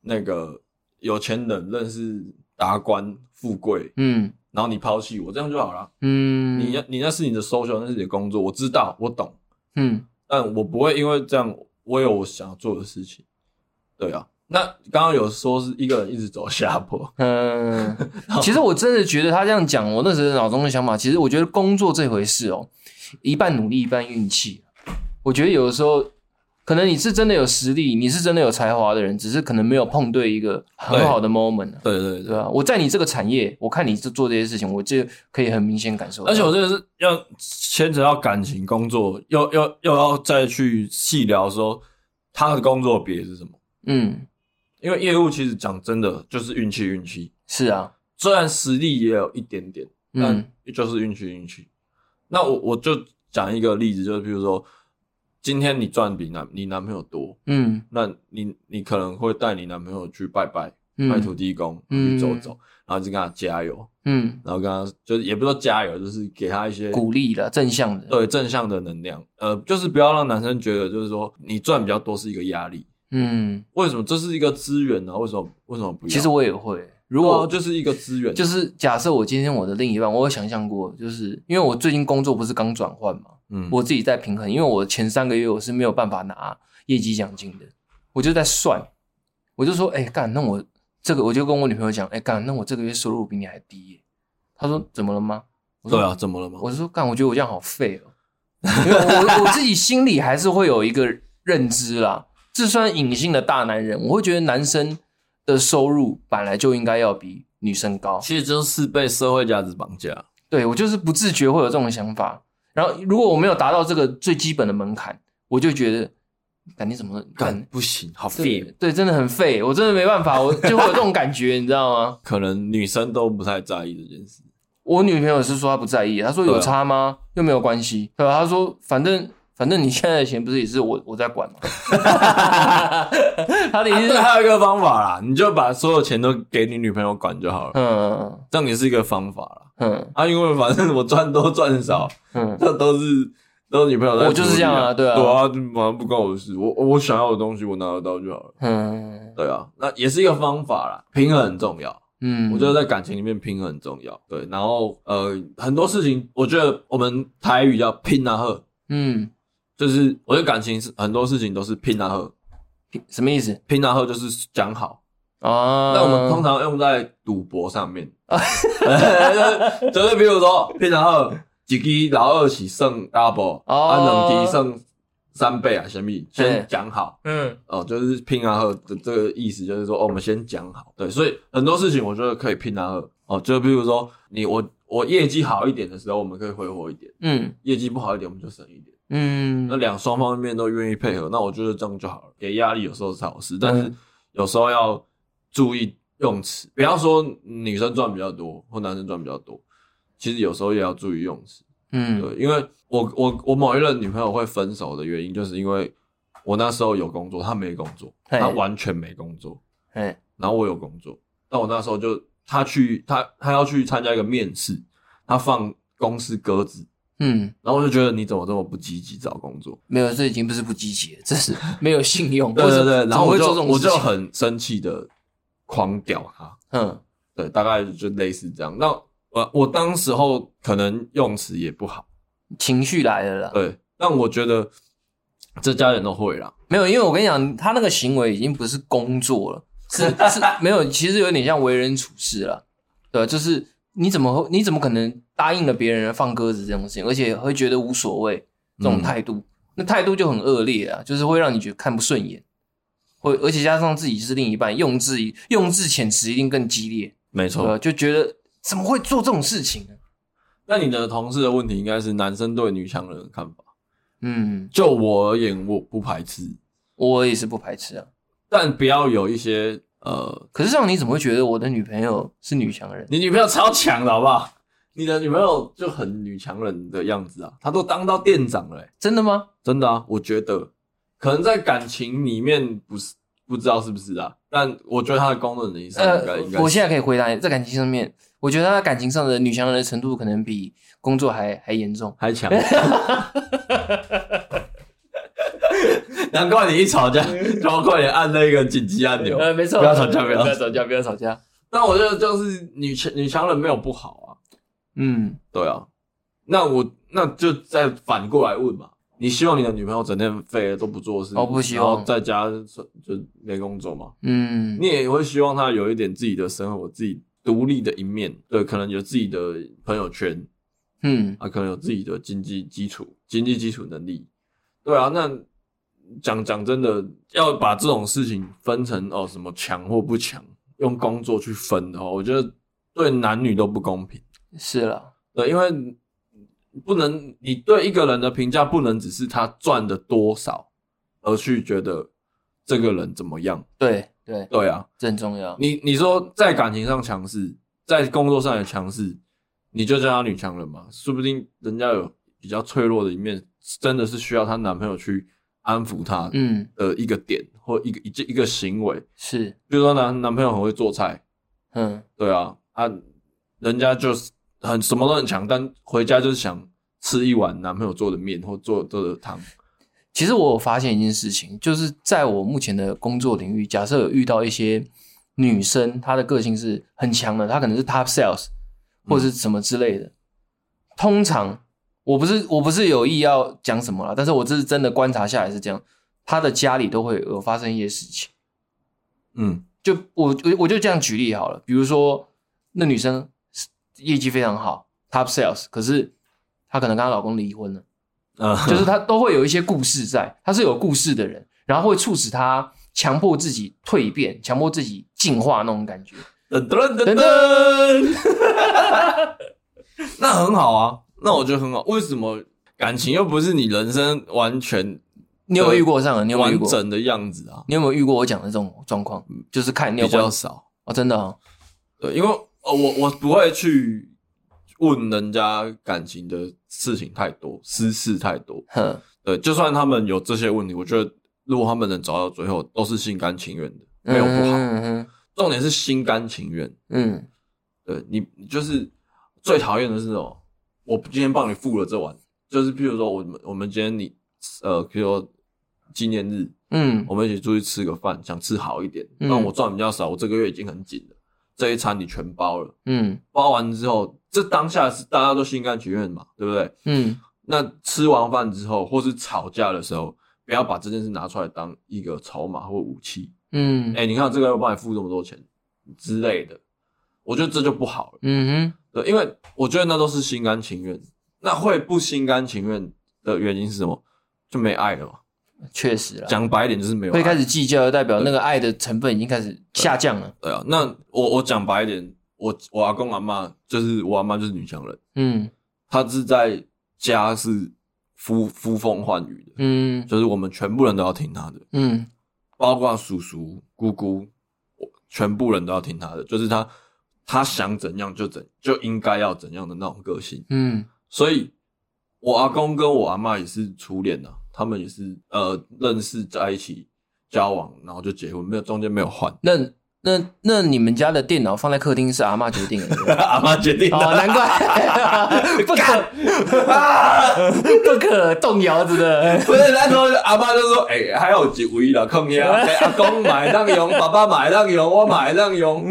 Speaker 1: 那个有钱人，认识达官富贵，
Speaker 2: 嗯
Speaker 1: 然后你抛弃我，这样就好了。啊
Speaker 2: 嗯，
Speaker 1: 你你那是你的 social，那是你的工作，我知道，我懂，
Speaker 2: 嗯
Speaker 1: 但我不会因为这样，我有我想要做的事情。对啊，那刚刚有说是一个人一直走下坡，
Speaker 2: 嗯，其实我真的觉得他这样讲，我那时候脑中的想法，其实我觉得工作这回事哦，一半努力，一半运气。我觉得有的时候，可能你是真的有实力，你是真的有才华的人，只是可能没有碰对一个很好的 moment，啊
Speaker 1: 对对
Speaker 2: 对吧、我在你这个产业，我看你这做这些事情，我就可以很明显感受到。
Speaker 1: 而且我这个是要牵扯到感情、工作，又又又要再去细聊说他的工作别是什么。
Speaker 2: 嗯，
Speaker 1: 因为业务其实讲真的就是运气，运气。
Speaker 2: 是啊，
Speaker 1: 虽然实力也有一点点，但
Speaker 2: 嗯
Speaker 1: 就是运气，运气。那我我就讲一个例子，就是比如说，今天你赚比男你男朋友多，
Speaker 2: 嗯
Speaker 1: 那你你可能会带你男朋友去拜拜，
Speaker 2: 嗯，
Speaker 1: 拜土地公，
Speaker 2: 嗯
Speaker 1: 去走走，然后就跟他加油，
Speaker 2: 嗯，
Speaker 1: 然后跟他就是也不是说加油，就是给他一些
Speaker 2: 鼓励了，正向的，，
Speaker 1: 对正向的能量，呃，就是不要让男生觉得就是说你赚比较多是一个压力，
Speaker 2: 嗯，
Speaker 1: 为什么这是一个资源呢、啊为什么为什么不要？
Speaker 2: 其实我也会，
Speaker 1: 如
Speaker 2: 如果、
Speaker 1: 果啊就是一个资源，
Speaker 2: 就是假设我今天我的另一半，我有想象过，就是因为我最近工作不是刚转换嘛，
Speaker 1: 嗯，
Speaker 2: 我自己在平衡，因为我前三个月我是没有办法拿业绩奖金的，我就在算，我就说，哎、干，那我这个我就跟我女朋友讲，哎、干，那我这个月收入比你还低耶、她说怎么了吗？我说
Speaker 1: 对啊，，怎么了吗？
Speaker 2: 我是说干，我觉得我这样好废哦、 因为我我自己心里还是会有一个认知啦，这算隐性的大男人，我会觉得男生的收入本来就应该要比女生高，
Speaker 1: 其实就是被社会价值绑架。
Speaker 2: 对我就是不自觉会有这种想法。然后如果我没有达到这个最基本的门槛，我就觉得，感你怎么
Speaker 1: 干
Speaker 2: 干？
Speaker 1: 不行，好
Speaker 2: 对对，真的很废，我真的没办法，我就会有这种感觉，你知道吗？
Speaker 1: 可能女生都不太在意这件事。
Speaker 2: 我女朋友是说她不在意，她说
Speaker 1: 啊
Speaker 2: 有差吗？又没有关系，对吧？她说反正反正你现在的钱不是也是我我在管吗？ 她的意思
Speaker 1: 啊对，
Speaker 2: 是，
Speaker 1: 还有一个方法啦，你就把所有钱都给你女朋友管就好了，
Speaker 2: 嗯
Speaker 1: 这样也是一个方法啦。
Speaker 2: 嗯
Speaker 1: 啊，因为反正我赚多赚少，
Speaker 2: 嗯，
Speaker 1: 这都是都是女朋友在处理、
Speaker 2: 我就是这样啊对啊
Speaker 1: 对啊，就反正不关我的事，我我想要的东西我拿得到就好了。
Speaker 2: 嗯
Speaker 1: 对啊，那也是一个方法啦，平衡很重要。
Speaker 2: 嗯，
Speaker 1: 我觉得在感情里面平衡很重要。对，然后呃，很多事情我觉得我们台语叫拼啊喝，
Speaker 2: 嗯，
Speaker 1: 就是我觉得感情是很多事情都是拼啊喝，
Speaker 2: 什么意思
Speaker 1: 拼啊喝就是讲好。
Speaker 2: 啊？
Speaker 1: 那、我们通常用在赌博上面， 就是就是比如说拼啊喝，几支老二起胜 double，、
Speaker 2: 哦
Speaker 1: 啊两支胜三倍啊，什么意思？
Speaker 2: 对
Speaker 1: 先讲好。
Speaker 2: 嗯
Speaker 1: 哦，就是拼啊喝的这个意思，就是说，哦，我们先讲好，对，所以很多事情我觉得可以拼啊喝，哦，就比如说你我我业绩好一点的时候，我们可以挥霍一点；
Speaker 2: 嗯
Speaker 1: 业绩不好一点，我们就省一点。
Speaker 2: 嗯，
Speaker 1: 那两双方面都愿意配合，那我觉得这样就好了。给压力有时候是好事，但
Speaker 2: 嗯
Speaker 1: 是有时候要注意用词，不要说女生赚比较多或男生赚比较多，其实有时候也要注意用词。
Speaker 2: 嗯
Speaker 1: 对，因为我我我某一任女朋友会分手的原因，就是因为我那时候有工作，她没工作，
Speaker 2: 嘿
Speaker 1: 她完全没工作，
Speaker 2: 哎
Speaker 1: 然后我有工作，但我那时候就她去她她要去参加一个面试，她放公司鸽子，
Speaker 2: 嗯，
Speaker 1: 然后我就觉得你怎么这么不积极找工作？
Speaker 2: 没有，这已经不是不积极了，这是没有信用。
Speaker 1: 对
Speaker 2: 为
Speaker 1: 对
Speaker 2: 什么
Speaker 1: 对，然后
Speaker 2: 怎么
Speaker 1: 我
Speaker 2: 会做
Speaker 1: 就
Speaker 2: 这种
Speaker 1: 我
Speaker 2: 事
Speaker 1: 就
Speaker 2: 情
Speaker 1: 很生气的狂屌他，
Speaker 2: 嗯
Speaker 1: 对，大概就类似这样。那我我当时候可能用词也不好，
Speaker 2: 情绪来了啦。
Speaker 1: 对，但我觉得这家人都会啦，
Speaker 2: 没有，因为我跟你讲，他那个行为已经不是工作了，是是没有，其实有点像为人处事了，对吧，就是你怎么会，你怎么可能答应了别人放鸽子这种事情，而且会觉得无所谓这
Speaker 1: 嗯
Speaker 2: 种态度，那态度就很恶劣啊，就是会让你觉得看不顺眼，会而且加上自己是另一半，用字用字遣词一定更激烈，
Speaker 1: 没
Speaker 2: 对啊
Speaker 1: 错。
Speaker 2: 吧？就觉得怎么会做这种事情呢？
Speaker 1: 那你的同事的问题应该是男生对女强人的看法。
Speaker 2: 嗯，
Speaker 1: 就我而言，我不排斥，
Speaker 2: 我也是不排斥啊。
Speaker 1: 但不要有一些呃，
Speaker 2: 可是这样你怎么会觉得我的女朋友是女强人？
Speaker 1: 你女朋友超强的好不好？你的女朋友就很女强人的样子啊，她都当到店长了、欸，
Speaker 2: 真的吗？
Speaker 1: 真的啊，我觉得可能在感情里面不是不知道是不是啊，但我觉得她的公认能力上应该、
Speaker 2: 呃
Speaker 1: 应该，是，
Speaker 2: 我现在可以回答你，在感情上面，我觉得他感情上的女强人的程度可能比工作还还严重。
Speaker 1: 还 强。难怪你一吵架就要快点按那个紧急按钮。，
Speaker 2: 呃没错
Speaker 1: 不要吵架不要
Speaker 2: 吵架，不要吵架。
Speaker 1: 那我觉得就是女强女强人没有不好啊，
Speaker 2: 嗯，
Speaker 1: 对啊，那我那就再反过来问嘛，你希望你的女朋友整天废了都不做事，
Speaker 2: 哦不希望
Speaker 1: 然后在家就没工作嘛？
Speaker 2: 嗯，
Speaker 1: 你也会希望她有一点自己的生活，自己独立的一面，对，可能有自己的朋友圈，
Speaker 2: 嗯，
Speaker 1: 啊，可能有自己的经济基础、经济基础能力，对啊，那讲讲真的，要把这种事情分成哦什么强或不强，用工作去分的话，我觉得对男女都不公平。
Speaker 2: 是了，
Speaker 1: 对，因为不能你对一个人的评价不能只是他赚的多少，而去觉得这个人怎么样。
Speaker 2: 对对，
Speaker 1: 对啊，
Speaker 2: 这很重要。
Speaker 1: 你你说在感情上强势，在工作上也强势，你就叫她女强人嘛？说不定人家有比较脆弱的一面，真的是需要她男朋友去安抚她
Speaker 2: 嗯，
Speaker 1: 的一个点、或一个一一个行为。
Speaker 2: 是，
Speaker 1: 比如说男男朋友很会做菜，
Speaker 2: 嗯，
Speaker 1: 对啊，啊，人家就是很什么都很强，但回家就是想吃一碗男朋友做的面或做做的汤。
Speaker 2: 其实我有发现一件事情，就是在我目前的工作领域，假设有遇到一些女生，她的个性是很强的，她可能是 top sales 或者是什么之类的。通常我不是我不是有意要讲什么啦，但是我这是真的观察下来是这样，她的家里都会有发生一些事情。
Speaker 1: 嗯
Speaker 2: 就我我我就这样举例好了，比如说那女生业绩非常好，top sales，可是她可能跟她老公离婚了。
Speaker 1: 啊，
Speaker 2: 就是他都会有一些故事在，他是有故事的人，然后会促使他强迫自己蜕变，强迫自己进化那种感觉。
Speaker 1: 噔噔
Speaker 2: 噔
Speaker 1: 噔噔， 那很好啊，那我觉得很好。为什么感情又不是你人生完全
Speaker 2: 你有没有遇过这样的？你有没有遇
Speaker 1: 完
Speaker 2: 过？
Speaker 1: 整的样子啊？
Speaker 2: 你有没有遇过我讲的这种状况？就是看你有
Speaker 1: 比
Speaker 2: 关
Speaker 1: 较少，
Speaker 2: 哦，真的、哦，
Speaker 1: 对，因为呃，我我不会去问人家感情的事情太多，私事太多。
Speaker 2: 哼，
Speaker 1: 对，就算他们有这些问题，我觉得如果他们能走到最后，都是心甘情愿的，没有不好。
Speaker 2: 嗯嗯
Speaker 1: 重点是心甘情愿。
Speaker 2: 嗯，
Speaker 1: 对你，你就是最讨厌的是那种，我今天帮你付了这碗，就是譬如说我们我们今天你呃，譬如说纪念日，
Speaker 2: 嗯
Speaker 1: 我们一起出去吃个饭，想吃好一点，
Speaker 2: 嗯
Speaker 1: 但我赚比较少，我这个月已经很紧了，这一餐你全包了，
Speaker 2: 嗯
Speaker 1: 包完之后，这当下是大家都心甘情愿嘛，对不对？
Speaker 2: 嗯，
Speaker 1: 那吃完饭之后，或是吵架的时候，不要把这件事拿出来当一个筹码或武器。
Speaker 2: 嗯
Speaker 1: 哎、你看这个又帮你付这么多钱之类的，我觉得这就不好了。
Speaker 2: 嗯哼，
Speaker 1: 对，因为我觉得那都是心甘情愿。那会不心甘情愿的原因是什么？就没爱了嘛。
Speaker 2: 确实啦，
Speaker 1: 讲白一点就是没有爱。
Speaker 2: 会开始计较，代表那个爱的成分已经开始下降了。
Speaker 1: 对啊，那我我讲白一点，我我阿公阿妈就是我阿妈就是女强人，
Speaker 2: 嗯
Speaker 1: 她是在家是呼呼风唤雨的，
Speaker 2: 嗯
Speaker 1: 就是我们全部人都要听她的。
Speaker 2: 嗯
Speaker 1: 包括叔叔、姑姑，我全部人都要听他的，就是他他想怎样就怎就应该要怎样的那种个性。
Speaker 2: 嗯。
Speaker 1: 所以，我阿公跟我阿妈也是初恋呐、他们也是呃认识在一起交往，然后就结婚，没有中间没有换
Speaker 2: 那那那你们家的电脑放在客厅是阿嬷决定的。对不对
Speaker 1: 阿妈决定
Speaker 2: 哦，
Speaker 1: 的，
Speaker 2: 难 怪不敢
Speaker 1: 啊
Speaker 2: 不可动摇着 的。
Speaker 1: 不是那时候阿妈就说：“哎、还有一位啦，空呀、哎阿公买当用，爸爸买当用，我买当用。”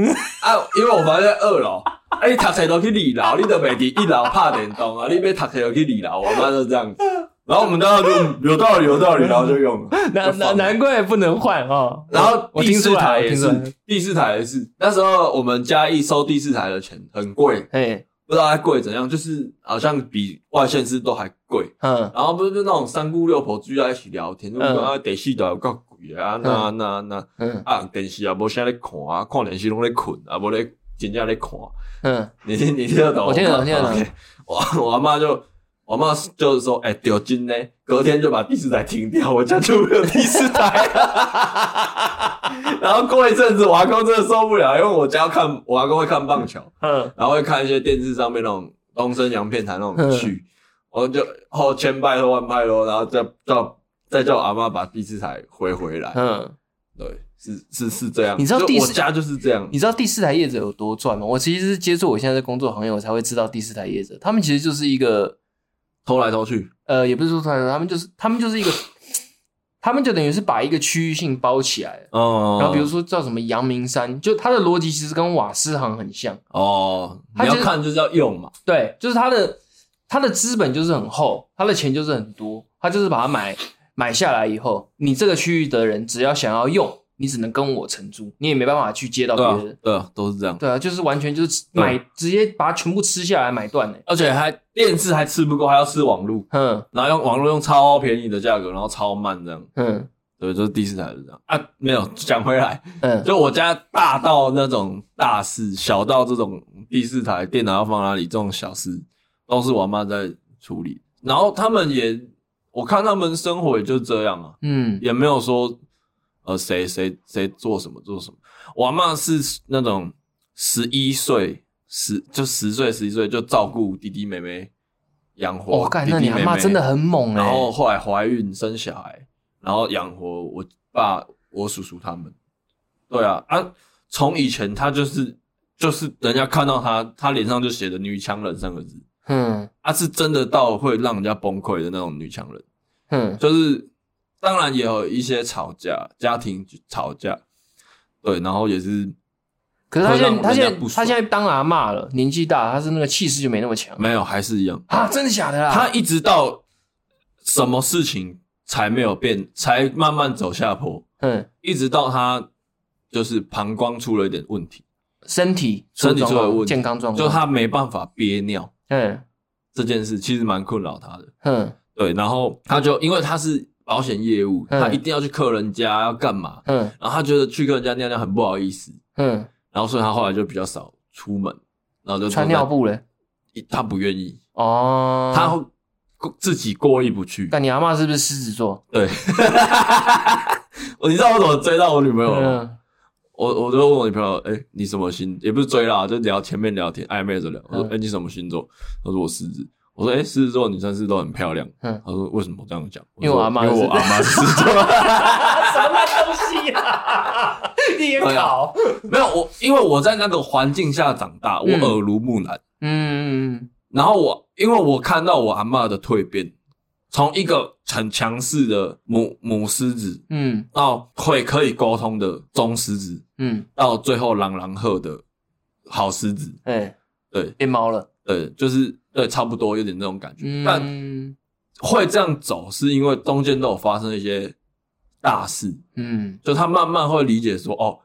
Speaker 1: 啊，因为我房在二楼，啊，你读册都去二楼，你都袂伫一楼拍电动啊，你要读册都去二楼，我妈就这样子。然后我们当时就嗯有道理，有道理，然后就用了。
Speaker 2: 难难难怪不能换哦。
Speaker 1: 然后
Speaker 2: 我
Speaker 1: 第
Speaker 2: 听出
Speaker 1: 四
Speaker 2: 来，
Speaker 1: 台
Speaker 2: 我
Speaker 1: 也
Speaker 2: 听出来。
Speaker 1: 是，第四台也是。那时候我们嘉义收第四台的钱很贵，
Speaker 2: 哎，
Speaker 1: 不知道它贵怎样，就是好像比外县市都还贵。
Speaker 2: 嗯
Speaker 1: 然后不是就那种三姑六婆聚在一起聊天，就
Speaker 2: 嗯
Speaker 1: 讲啊电视台有够贵的啊，那那那
Speaker 2: 嗯
Speaker 1: 啊电视也无啥咧看啊，看电视拢咧困啊，无咧真正咧看。
Speaker 2: 嗯，
Speaker 1: 你听你听得懂？
Speaker 2: 我听得懂
Speaker 1: 啊
Speaker 2: 听得懂
Speaker 1: OK 我我阿妈就我妈就是说，哎、丢金呢，隔天就把第四台停掉，我家就没有第四台 了。然后过一阵子，我阿公真的受不了，因为我家要看我阿公会看棒球，
Speaker 2: 嗯
Speaker 1: 然后会看一些电视上面那种东森洋片台那种剧，然后就后千拜托万拜托，然后再叫再叫我阿妈把第四台回回来。
Speaker 2: 嗯，
Speaker 1: 对，是是是这样。
Speaker 2: 你知道
Speaker 1: 就
Speaker 2: 第四
Speaker 1: 我家就是这样
Speaker 2: 你。知道第四台业者有多赚吗？我其实是接触我现在的工作行业，我才会知道第四台业者，他们其实就是一个
Speaker 1: 偷来偷去，
Speaker 2: 呃，也不是说赚，他们就是他们就是一个， 他们就等于是把一个区域性包起来了。
Speaker 1: 哦
Speaker 2: 然后比如说叫什么阳明山，就它的逻辑其实跟瓦斯行很像。
Speaker 1: 哦，
Speaker 2: 他
Speaker 1: 你
Speaker 2: 就
Speaker 1: 要
Speaker 2: 是
Speaker 1: 看就是要用嘛，
Speaker 2: 对，就是它的他的资本就是很厚，他的钱就是很多，他就是把它买买下来以后，你这个区域的人只要想要用，你只能跟我承租，你也没办法去接到
Speaker 1: 对啊
Speaker 2: 别人。，
Speaker 1: 对啊，都是这样。
Speaker 2: 对啊，就是完全就是吃买直接把它全部吃下来买断嘞、
Speaker 1: 而且还电视还吃不够，还要吃网络，
Speaker 2: 嗯
Speaker 1: 然后用网络用超便宜的价格，然后超慢这样。
Speaker 2: 嗯
Speaker 1: 对，就是第四台是这样啊。没有讲回来，
Speaker 2: 嗯，
Speaker 1: 就我家大到那种大事，小到这种第四台电脑要放哪里这种小事，都是我妈在处理。然后他们也，我看他们生活也就这样啊，
Speaker 2: 嗯
Speaker 1: 也没有说呃谁谁谁做什么做什么。我妈是那种十一岁十就十岁十一岁就照顾弟弟妹妹养活弟弟妹妹，
Speaker 2: 我哦干，那你阿妈真的很猛哎、
Speaker 1: 然后后来怀孕生小孩，然后养活我爸、我叔叔他们。对啊，啊，从以前他就是就是人家看到他，他脸上就写着“女强人”三个字，
Speaker 2: 嗯
Speaker 1: 啊，是真的到会让人家崩溃的那种女强人。
Speaker 2: 嗯
Speaker 1: 就是当然也有一些吵架，家庭吵架，对，然后也是
Speaker 2: 可是他
Speaker 1: 会让
Speaker 2: 现在他
Speaker 1: 人家
Speaker 2: 现在
Speaker 1: 不爽
Speaker 2: 他现在当阿嬷了，年纪大，他是那个气势就没那么强
Speaker 1: 没有，还是一样。
Speaker 2: 啊！真的假的啦？
Speaker 1: 他一直到什么事情才没有变，才慢慢走下坡。
Speaker 2: 嗯，
Speaker 1: 一直到他就是膀胱出了一点问题，
Speaker 2: 身体出
Speaker 1: 身体
Speaker 2: 状
Speaker 1: 出了
Speaker 2: 况
Speaker 1: 问题
Speaker 2: 健康状
Speaker 1: 就
Speaker 2: 况，
Speaker 1: 他没办法憋尿
Speaker 2: 嗯
Speaker 1: 这件事，其实蛮困扰他的。
Speaker 2: 嗯
Speaker 1: 对，然后他就因为他是保险业务，
Speaker 2: 嗯
Speaker 1: 他一定要去客人家要干嘛，
Speaker 2: 嗯
Speaker 1: 然后他觉得去客人家尿尿很不好意思，
Speaker 2: 嗯，
Speaker 1: 然后所以他后来就比较少出门，然后就
Speaker 2: 穿尿，布嘞？
Speaker 1: 他不愿意，
Speaker 2: 哦，
Speaker 1: 他会自己过意不去。
Speaker 2: 干你阿嬷是不是狮子座？
Speaker 1: 对， 你知道我怎么追到我女朋友吗？
Speaker 2: 嗯
Speaker 1: 我我就问我女朋友，哎、你什么星？也不是追啦，就聊前面聊天暧昧着聊。我说，哎、
Speaker 2: 嗯
Speaker 1: 你什么星座？她说我狮子。我说，哎、狮子座女生是不是都很漂亮。
Speaker 2: 嗯
Speaker 1: 她说为什么这样讲？
Speaker 2: 因为我
Speaker 1: 说
Speaker 2: 阿嬷
Speaker 1: 因为
Speaker 2: 是
Speaker 1: 我阿妈狮子 座。
Speaker 2: 嗯 什么东西啊？你也
Speaker 1: 搞？没有我，因为我在那个环境下长大，我
Speaker 2: 嗯
Speaker 1: 耳濡目染。
Speaker 2: 嗯嗯
Speaker 1: 然后我因为我看到我阿嬷的蜕变，从一个很强势的母母狮子，
Speaker 2: 嗯
Speaker 1: 到会可以沟通的中狮子，
Speaker 2: 嗯，
Speaker 1: 到最后朗朗赫的好狮子。
Speaker 2: 哎，
Speaker 1: 对，
Speaker 2: 变猫了。
Speaker 1: 对，就是对，差不多有点那种感觉。但
Speaker 2: 嗯
Speaker 1: 会这样走，是因为中间都有发生一些大事，
Speaker 2: 嗯
Speaker 1: 就他慢慢会理解说，哦，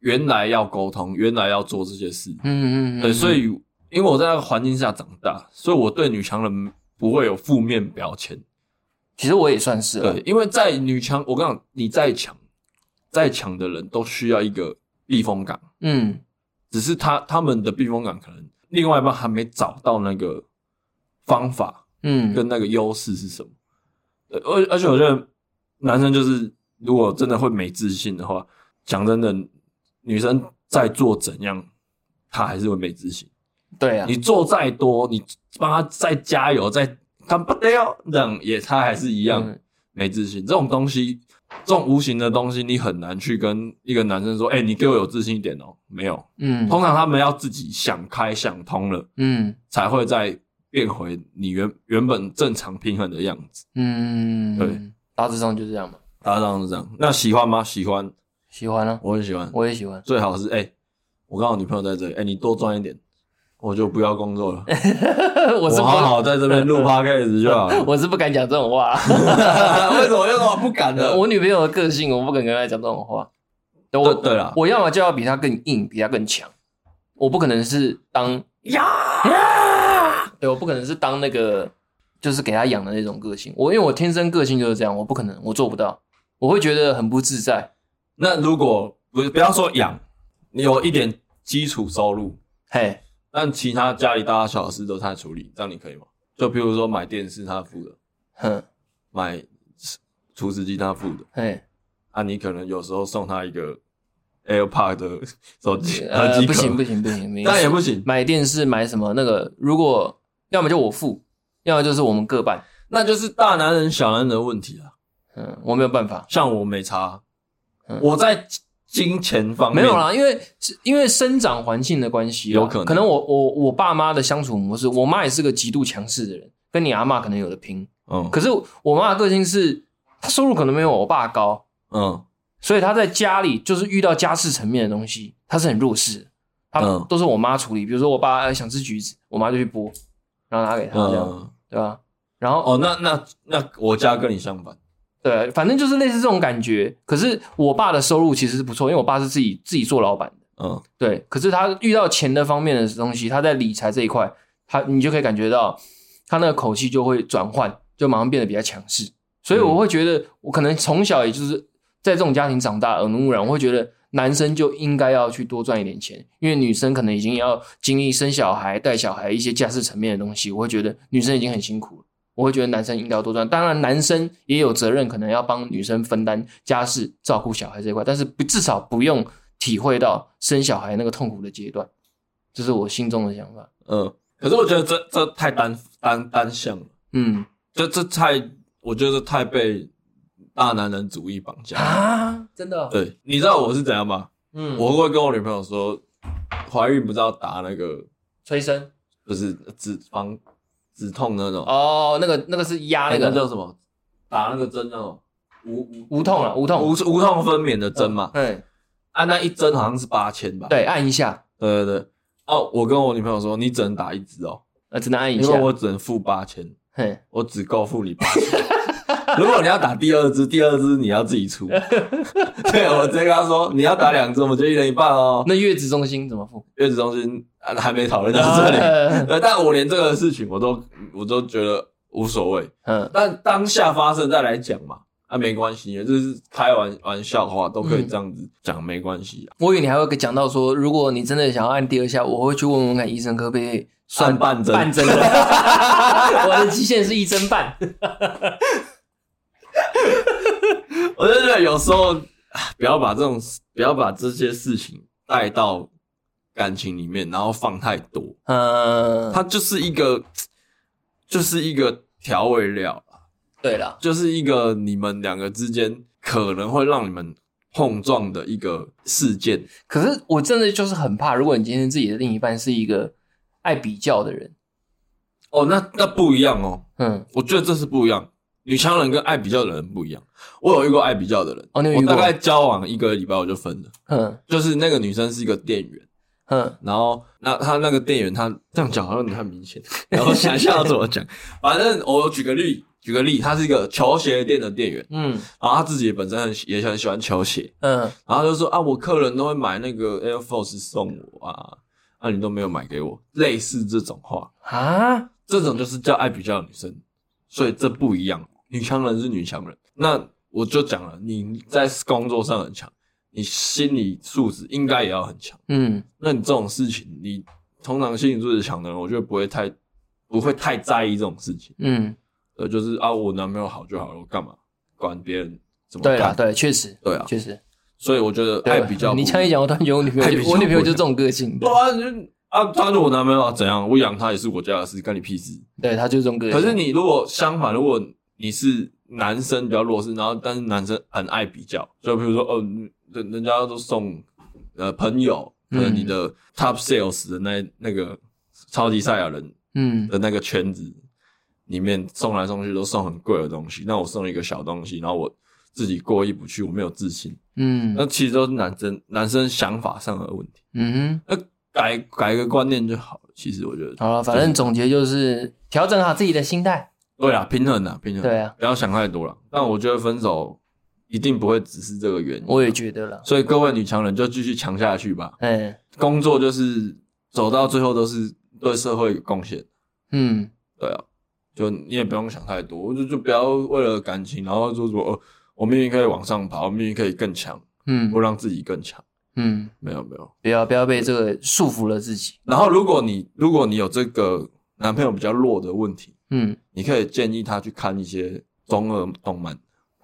Speaker 1: 原来要沟通，原来要做这些事。
Speaker 2: 嗯嗯，
Speaker 1: 对，所以因为我在那个环境下长大，所以我对女强人不会有负面标签。
Speaker 2: 其实我也算是了啊
Speaker 1: 对，因为在女强，我跟你讲，你再强，再强的人都需要一个避风港，
Speaker 2: 嗯
Speaker 1: 只是他他们的避风港可能另外一半还没找到那个方法。
Speaker 2: 嗯
Speaker 1: 跟那个优势是什么。对而而且我觉得男生就是如果真的会没自信的话，讲真的，女生再做怎样，她还是会没自信。
Speaker 2: 对啊
Speaker 1: 你，做再多，你帮她再加油，再干不掉，这样也她还是一样
Speaker 2: 嗯
Speaker 1: 没自信。这种东西，这种无形的东西，你很难去跟一个男生说：“哎、你给我有自信一点哦。”没有，
Speaker 2: 嗯
Speaker 1: 通常他们要自己想开、想通了。
Speaker 2: 嗯
Speaker 1: 才会再变回你原原本正常平衡的样子。
Speaker 2: 嗯，，大致上就这样嘛。
Speaker 1: 大家是这样，那喜欢吗？喜欢，
Speaker 2: 喜欢啊，
Speaker 1: 我很喜欢。
Speaker 2: 我也喜欢。
Speaker 1: 最好是哎、我刚好女朋友在这里，哎、你多赚一点，我就不要工作了，
Speaker 2: 我是
Speaker 1: 我好好在这边 录 podcast 就好了。
Speaker 2: 我是不敢讲这种话。
Speaker 1: 为什么？为什么不敢呢？
Speaker 2: 我女朋友的个性，我不敢跟她讲这种话。我
Speaker 1: 对对啦，
Speaker 2: 我要么就要比她更硬，比她更强。我不可能是当呀，对，我不可能是当那个就是给她养的那种个性。我因为我天生个性就是这样，我不可能，我做不到，我会觉得很不自在。
Speaker 1: 那如果不不要说养，你有一点基础收入，
Speaker 2: 嘿，
Speaker 1: 但其他家里大大小小事都他处理，这样你可以吗？就比如说买电视他付的，
Speaker 2: 哼，
Speaker 1: 买厨师机他付的，
Speaker 2: 嘿，
Speaker 1: 啊，你可能有时候送他一个 AirPod 的手机，
Speaker 2: 呃，不行不
Speaker 1: 行，
Speaker 2: 行不行，没
Speaker 1: 当然也
Speaker 2: 事
Speaker 1: 不行。
Speaker 2: 买电视买什么那个，如果要么就我付，要么就是我们各半。
Speaker 1: 那就是大男人小男人的问题啊。
Speaker 2: 嗯，我没有办法。
Speaker 1: 像我没差，
Speaker 2: 嗯
Speaker 1: 我在金钱方面
Speaker 2: 没有，啦，因为是因为生长环境的关系啦，
Speaker 1: 有可能
Speaker 2: 可能我我我爸妈的相处模式，我妈也是个极度强势的人，跟你阿嬷可能有的拼。
Speaker 1: 嗯
Speaker 2: 可是我妈的个性是，她收入可能没有我爸高，
Speaker 1: 嗯
Speaker 2: 所以她在家里就是遇到家事层面的东西，她是很弱势的，她
Speaker 1: 嗯
Speaker 2: 哎都是我妈处理。比如说我爸呃想吃橘子，我妈就去剥，然后拿给他这样，
Speaker 1: 嗯，
Speaker 2: 对吧？然后
Speaker 1: 哦，那那那我家跟你相反，
Speaker 2: 对，反正就是类似这种感觉。可是我爸的收入其实是不错，因为我爸是自己自己做老板的。
Speaker 1: 嗯
Speaker 2: 对，可是他遇到钱的方面的东西，他在理财这一块，他你就可以感觉到他那个口气就会转换，就马上变得比较强势。所以我会觉得，我可能从小也就是在这种家庭长大，耳濡目染，我会觉得男生就应该要去多赚一点钱，因为女生可能已经要经历生小孩、带小孩一些家事层面的东西，我会觉得女生已经很辛苦了。我会觉得男生应该要多赚，当然男生也有责任，可能要帮女生分担家事、照顾小孩这一块，但是不至少不用体会到生小孩那个痛苦的阶段，这是我心中的想法。
Speaker 1: 嗯。可是我觉得这这太单单单向了，
Speaker 2: 嗯
Speaker 1: 这这太，我觉得太被大男人主义绑架了。
Speaker 2: 啊，真的，
Speaker 1: 嗯对，你知道我是怎样吗？
Speaker 2: 嗯，
Speaker 1: 我会跟我女朋友说，怀孕不是要打那个，
Speaker 2: 催生
Speaker 1: 就是止防止痛那种，
Speaker 2: 哦，那个那个是压
Speaker 1: 哎
Speaker 2: 那
Speaker 1: 那
Speaker 2: 个
Speaker 1: 叫什么？打那个针那种无无
Speaker 2: 无痛了，啊无痛
Speaker 1: 无无痛分娩的针嘛？
Speaker 2: 嗯，
Speaker 1: 啊，那一针好像是八千吧？
Speaker 2: 对，按一下，
Speaker 1: 对对对。哦，我跟我女朋友说，你只能打一支哦，
Speaker 2: 呃，只能按一
Speaker 1: 因
Speaker 2: 下
Speaker 1: 为，我只能付八千，
Speaker 2: 嘿，
Speaker 1: 我只够付你八千。 如果你要打第二支，第二支你要自己出。对，我直接跟他说，你要打两支，我们就一人一半哦。
Speaker 2: 那月子中心怎么 付？
Speaker 1: 月子中心、啊、还没讨论到这 里，
Speaker 2: 里，
Speaker 1: 对，但我连这个事情我都我都觉得无所谓。
Speaker 2: 嗯，
Speaker 1: 但当下发生再来讲嘛，啊，没关系，就是开玩玩笑话都可以这样子讲，没关系、啊。
Speaker 2: 我以为你还会讲到说，如果你真的想要按第二下，我会去问问看医生可不可以算
Speaker 1: 按半针
Speaker 2: 半 针的。我的极限是一针半。
Speaker 1: 我就觉得有时候啊不要把这种不要把这些事情带到感情里面，然后放太多，
Speaker 2: 嗯，
Speaker 1: 它就是一个就是一个调味料啦
Speaker 2: 对了，
Speaker 1: 就是一个你们两个之间可能会让你们碰撞的一个事件。
Speaker 2: 可是我真的就是很怕，如果你今天自己的另一半是一个爱比较的人，
Speaker 1: 哦，那那不一样哦，
Speaker 2: 嗯，
Speaker 1: 我觉得这是不一样。女强人跟爱比较的人不一样。我有遇过爱比较的人，
Speaker 2: 哦你有遇
Speaker 1: 我
Speaker 2: 过
Speaker 1: 大概交往一个礼拜我就分了。
Speaker 2: 哼
Speaker 1: 就是那个女生是一个店员，
Speaker 2: 哼，
Speaker 1: 然后那她那个店员她这样讲好像很明 显，然后我想一下要怎么讲。反正我举个例，举个例，她是一个球鞋店的店员，
Speaker 2: 嗯
Speaker 1: 然后她自己本身很喜也很喜欢球鞋，
Speaker 2: 嗯
Speaker 1: 然后她就说啊，我客人都会买那个 Air Force 送我啊，啊你都没有买给我，类似这种话。
Speaker 2: 啊，
Speaker 1: 这种就是叫爱比较的女生，所以这不一样。女强人是女强人，那我就讲了，你在工作上很强，你心理素质应该也要很强。
Speaker 2: 嗯
Speaker 1: 那你这种事情，你通常心理素质强的人，我觉得不会太不会太在意这种事情。
Speaker 2: 嗯，
Speaker 1: 呃，就是啊，我男朋友好就好了，我干嘛管别人怎么
Speaker 2: 对啦，
Speaker 1: 看？
Speaker 2: 对，确实，
Speaker 1: 对啊
Speaker 2: 确实，
Speaker 1: 所以我觉得爱比较不
Speaker 2: 啊你这样一讲，我突然觉得我女朋
Speaker 1: 爱
Speaker 2: 友
Speaker 1: 比
Speaker 2: 就，
Speaker 1: 较
Speaker 2: 我女朋友
Speaker 1: 不一
Speaker 2: 就
Speaker 1: 样
Speaker 2: 这种个性，
Speaker 1: 对啊，就是啊，他是我男朋友啊，怎样？我养他也是我家的事，干你屁事。
Speaker 2: 对，她就这种个性。
Speaker 1: 可是你如果相反，如果你是男生比较弱势，然后但是男生很爱比较，就比如说哦，人人家都送呃朋友，
Speaker 2: 嗯
Speaker 1: 呃你的 top sales 的那那个超级赛亚人
Speaker 2: 嗯，
Speaker 1: 的那个圈子里面送来送去都送很贵的东西，那我送一个小东西，然后我自己过意不去，我没有自信，
Speaker 2: 嗯
Speaker 1: 那其实都是男生男生想法上的问题，
Speaker 2: 嗯
Speaker 1: 那改改个观念就好了。其实我觉得
Speaker 2: 哼，，好了，反正总结就是调整好自己的心态。
Speaker 1: 对啊，平衡啊，平衡。
Speaker 2: 对啊，
Speaker 1: 不要想太多了。但我觉得分手一定不会只是这个原因，啊
Speaker 2: 我也觉得了，
Speaker 1: 所以各位女强人就继续强下去吧。
Speaker 2: 嗯
Speaker 1: 工作就是走到最后都是对社会有贡献，
Speaker 2: 嗯，
Speaker 1: 对啊，就你也不用想太多，就就不要为了感情，然后就说哦，我命运可以往上爬，我命运可以更强，
Speaker 2: 嗯
Speaker 1: 我让自己更强。
Speaker 2: 嗯，
Speaker 1: 没有没有。
Speaker 2: 不要不要被这个束缚了自己。
Speaker 1: 然后如果你如果你有这个男朋友比较弱的问题，
Speaker 2: 嗯
Speaker 1: 你可以建议他去看一些中二动漫。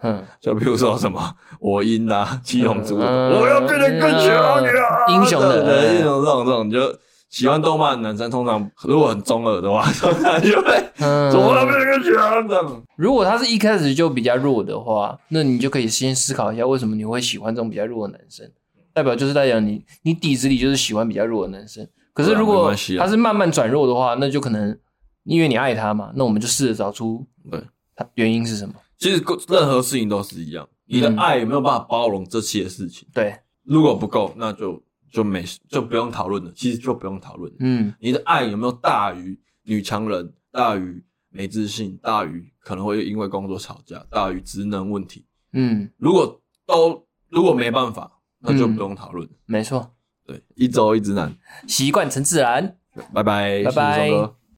Speaker 2: 嗯，
Speaker 1: 就比如说 什么我赢啦、七龙珠，
Speaker 2: 嗯
Speaker 1: 我要变得更强烈啊，
Speaker 2: 英雄的嗯
Speaker 1: 对英雄这种这种，你就喜欢动漫的男生通常如果很中二的话， 通常就会
Speaker 2: 嗯
Speaker 1: 说我要变得更强这样。
Speaker 2: 如果他是一开始就比较弱的话，那你就可以先思考一下，为什么你会喜欢这种比较弱的男生？代表就是代表你，你底子里就是喜欢比较弱的男生。可是
Speaker 1: 对啊
Speaker 2: 如
Speaker 1: 没
Speaker 2: 果
Speaker 1: 关系啊
Speaker 2: 他是慢慢转弱的话，那就可能因为你爱他嘛，那我们就试着找出
Speaker 1: 对
Speaker 2: 他原因是什么。
Speaker 1: 其实任何事情都是一样，你的
Speaker 2: 嗯
Speaker 1: 爱有没有办法包容这些事情？
Speaker 2: 对，
Speaker 1: 如果不够，那就就没就不用讨论了，其实就不用讨论了。
Speaker 2: 嗯
Speaker 1: 你的爱有没有大于女强人大于没自信，大于可能会因为工作吵架，大于职能问题。
Speaker 2: 嗯，
Speaker 1: 如果都如果没办法，那就
Speaker 2: 嗯
Speaker 1: 不用讨论。
Speaker 2: 没错，
Speaker 1: 对，一周一直男，
Speaker 2: 习惯成自然。
Speaker 1: 拜拜，
Speaker 2: 拜拜
Speaker 1: 谢谢松哥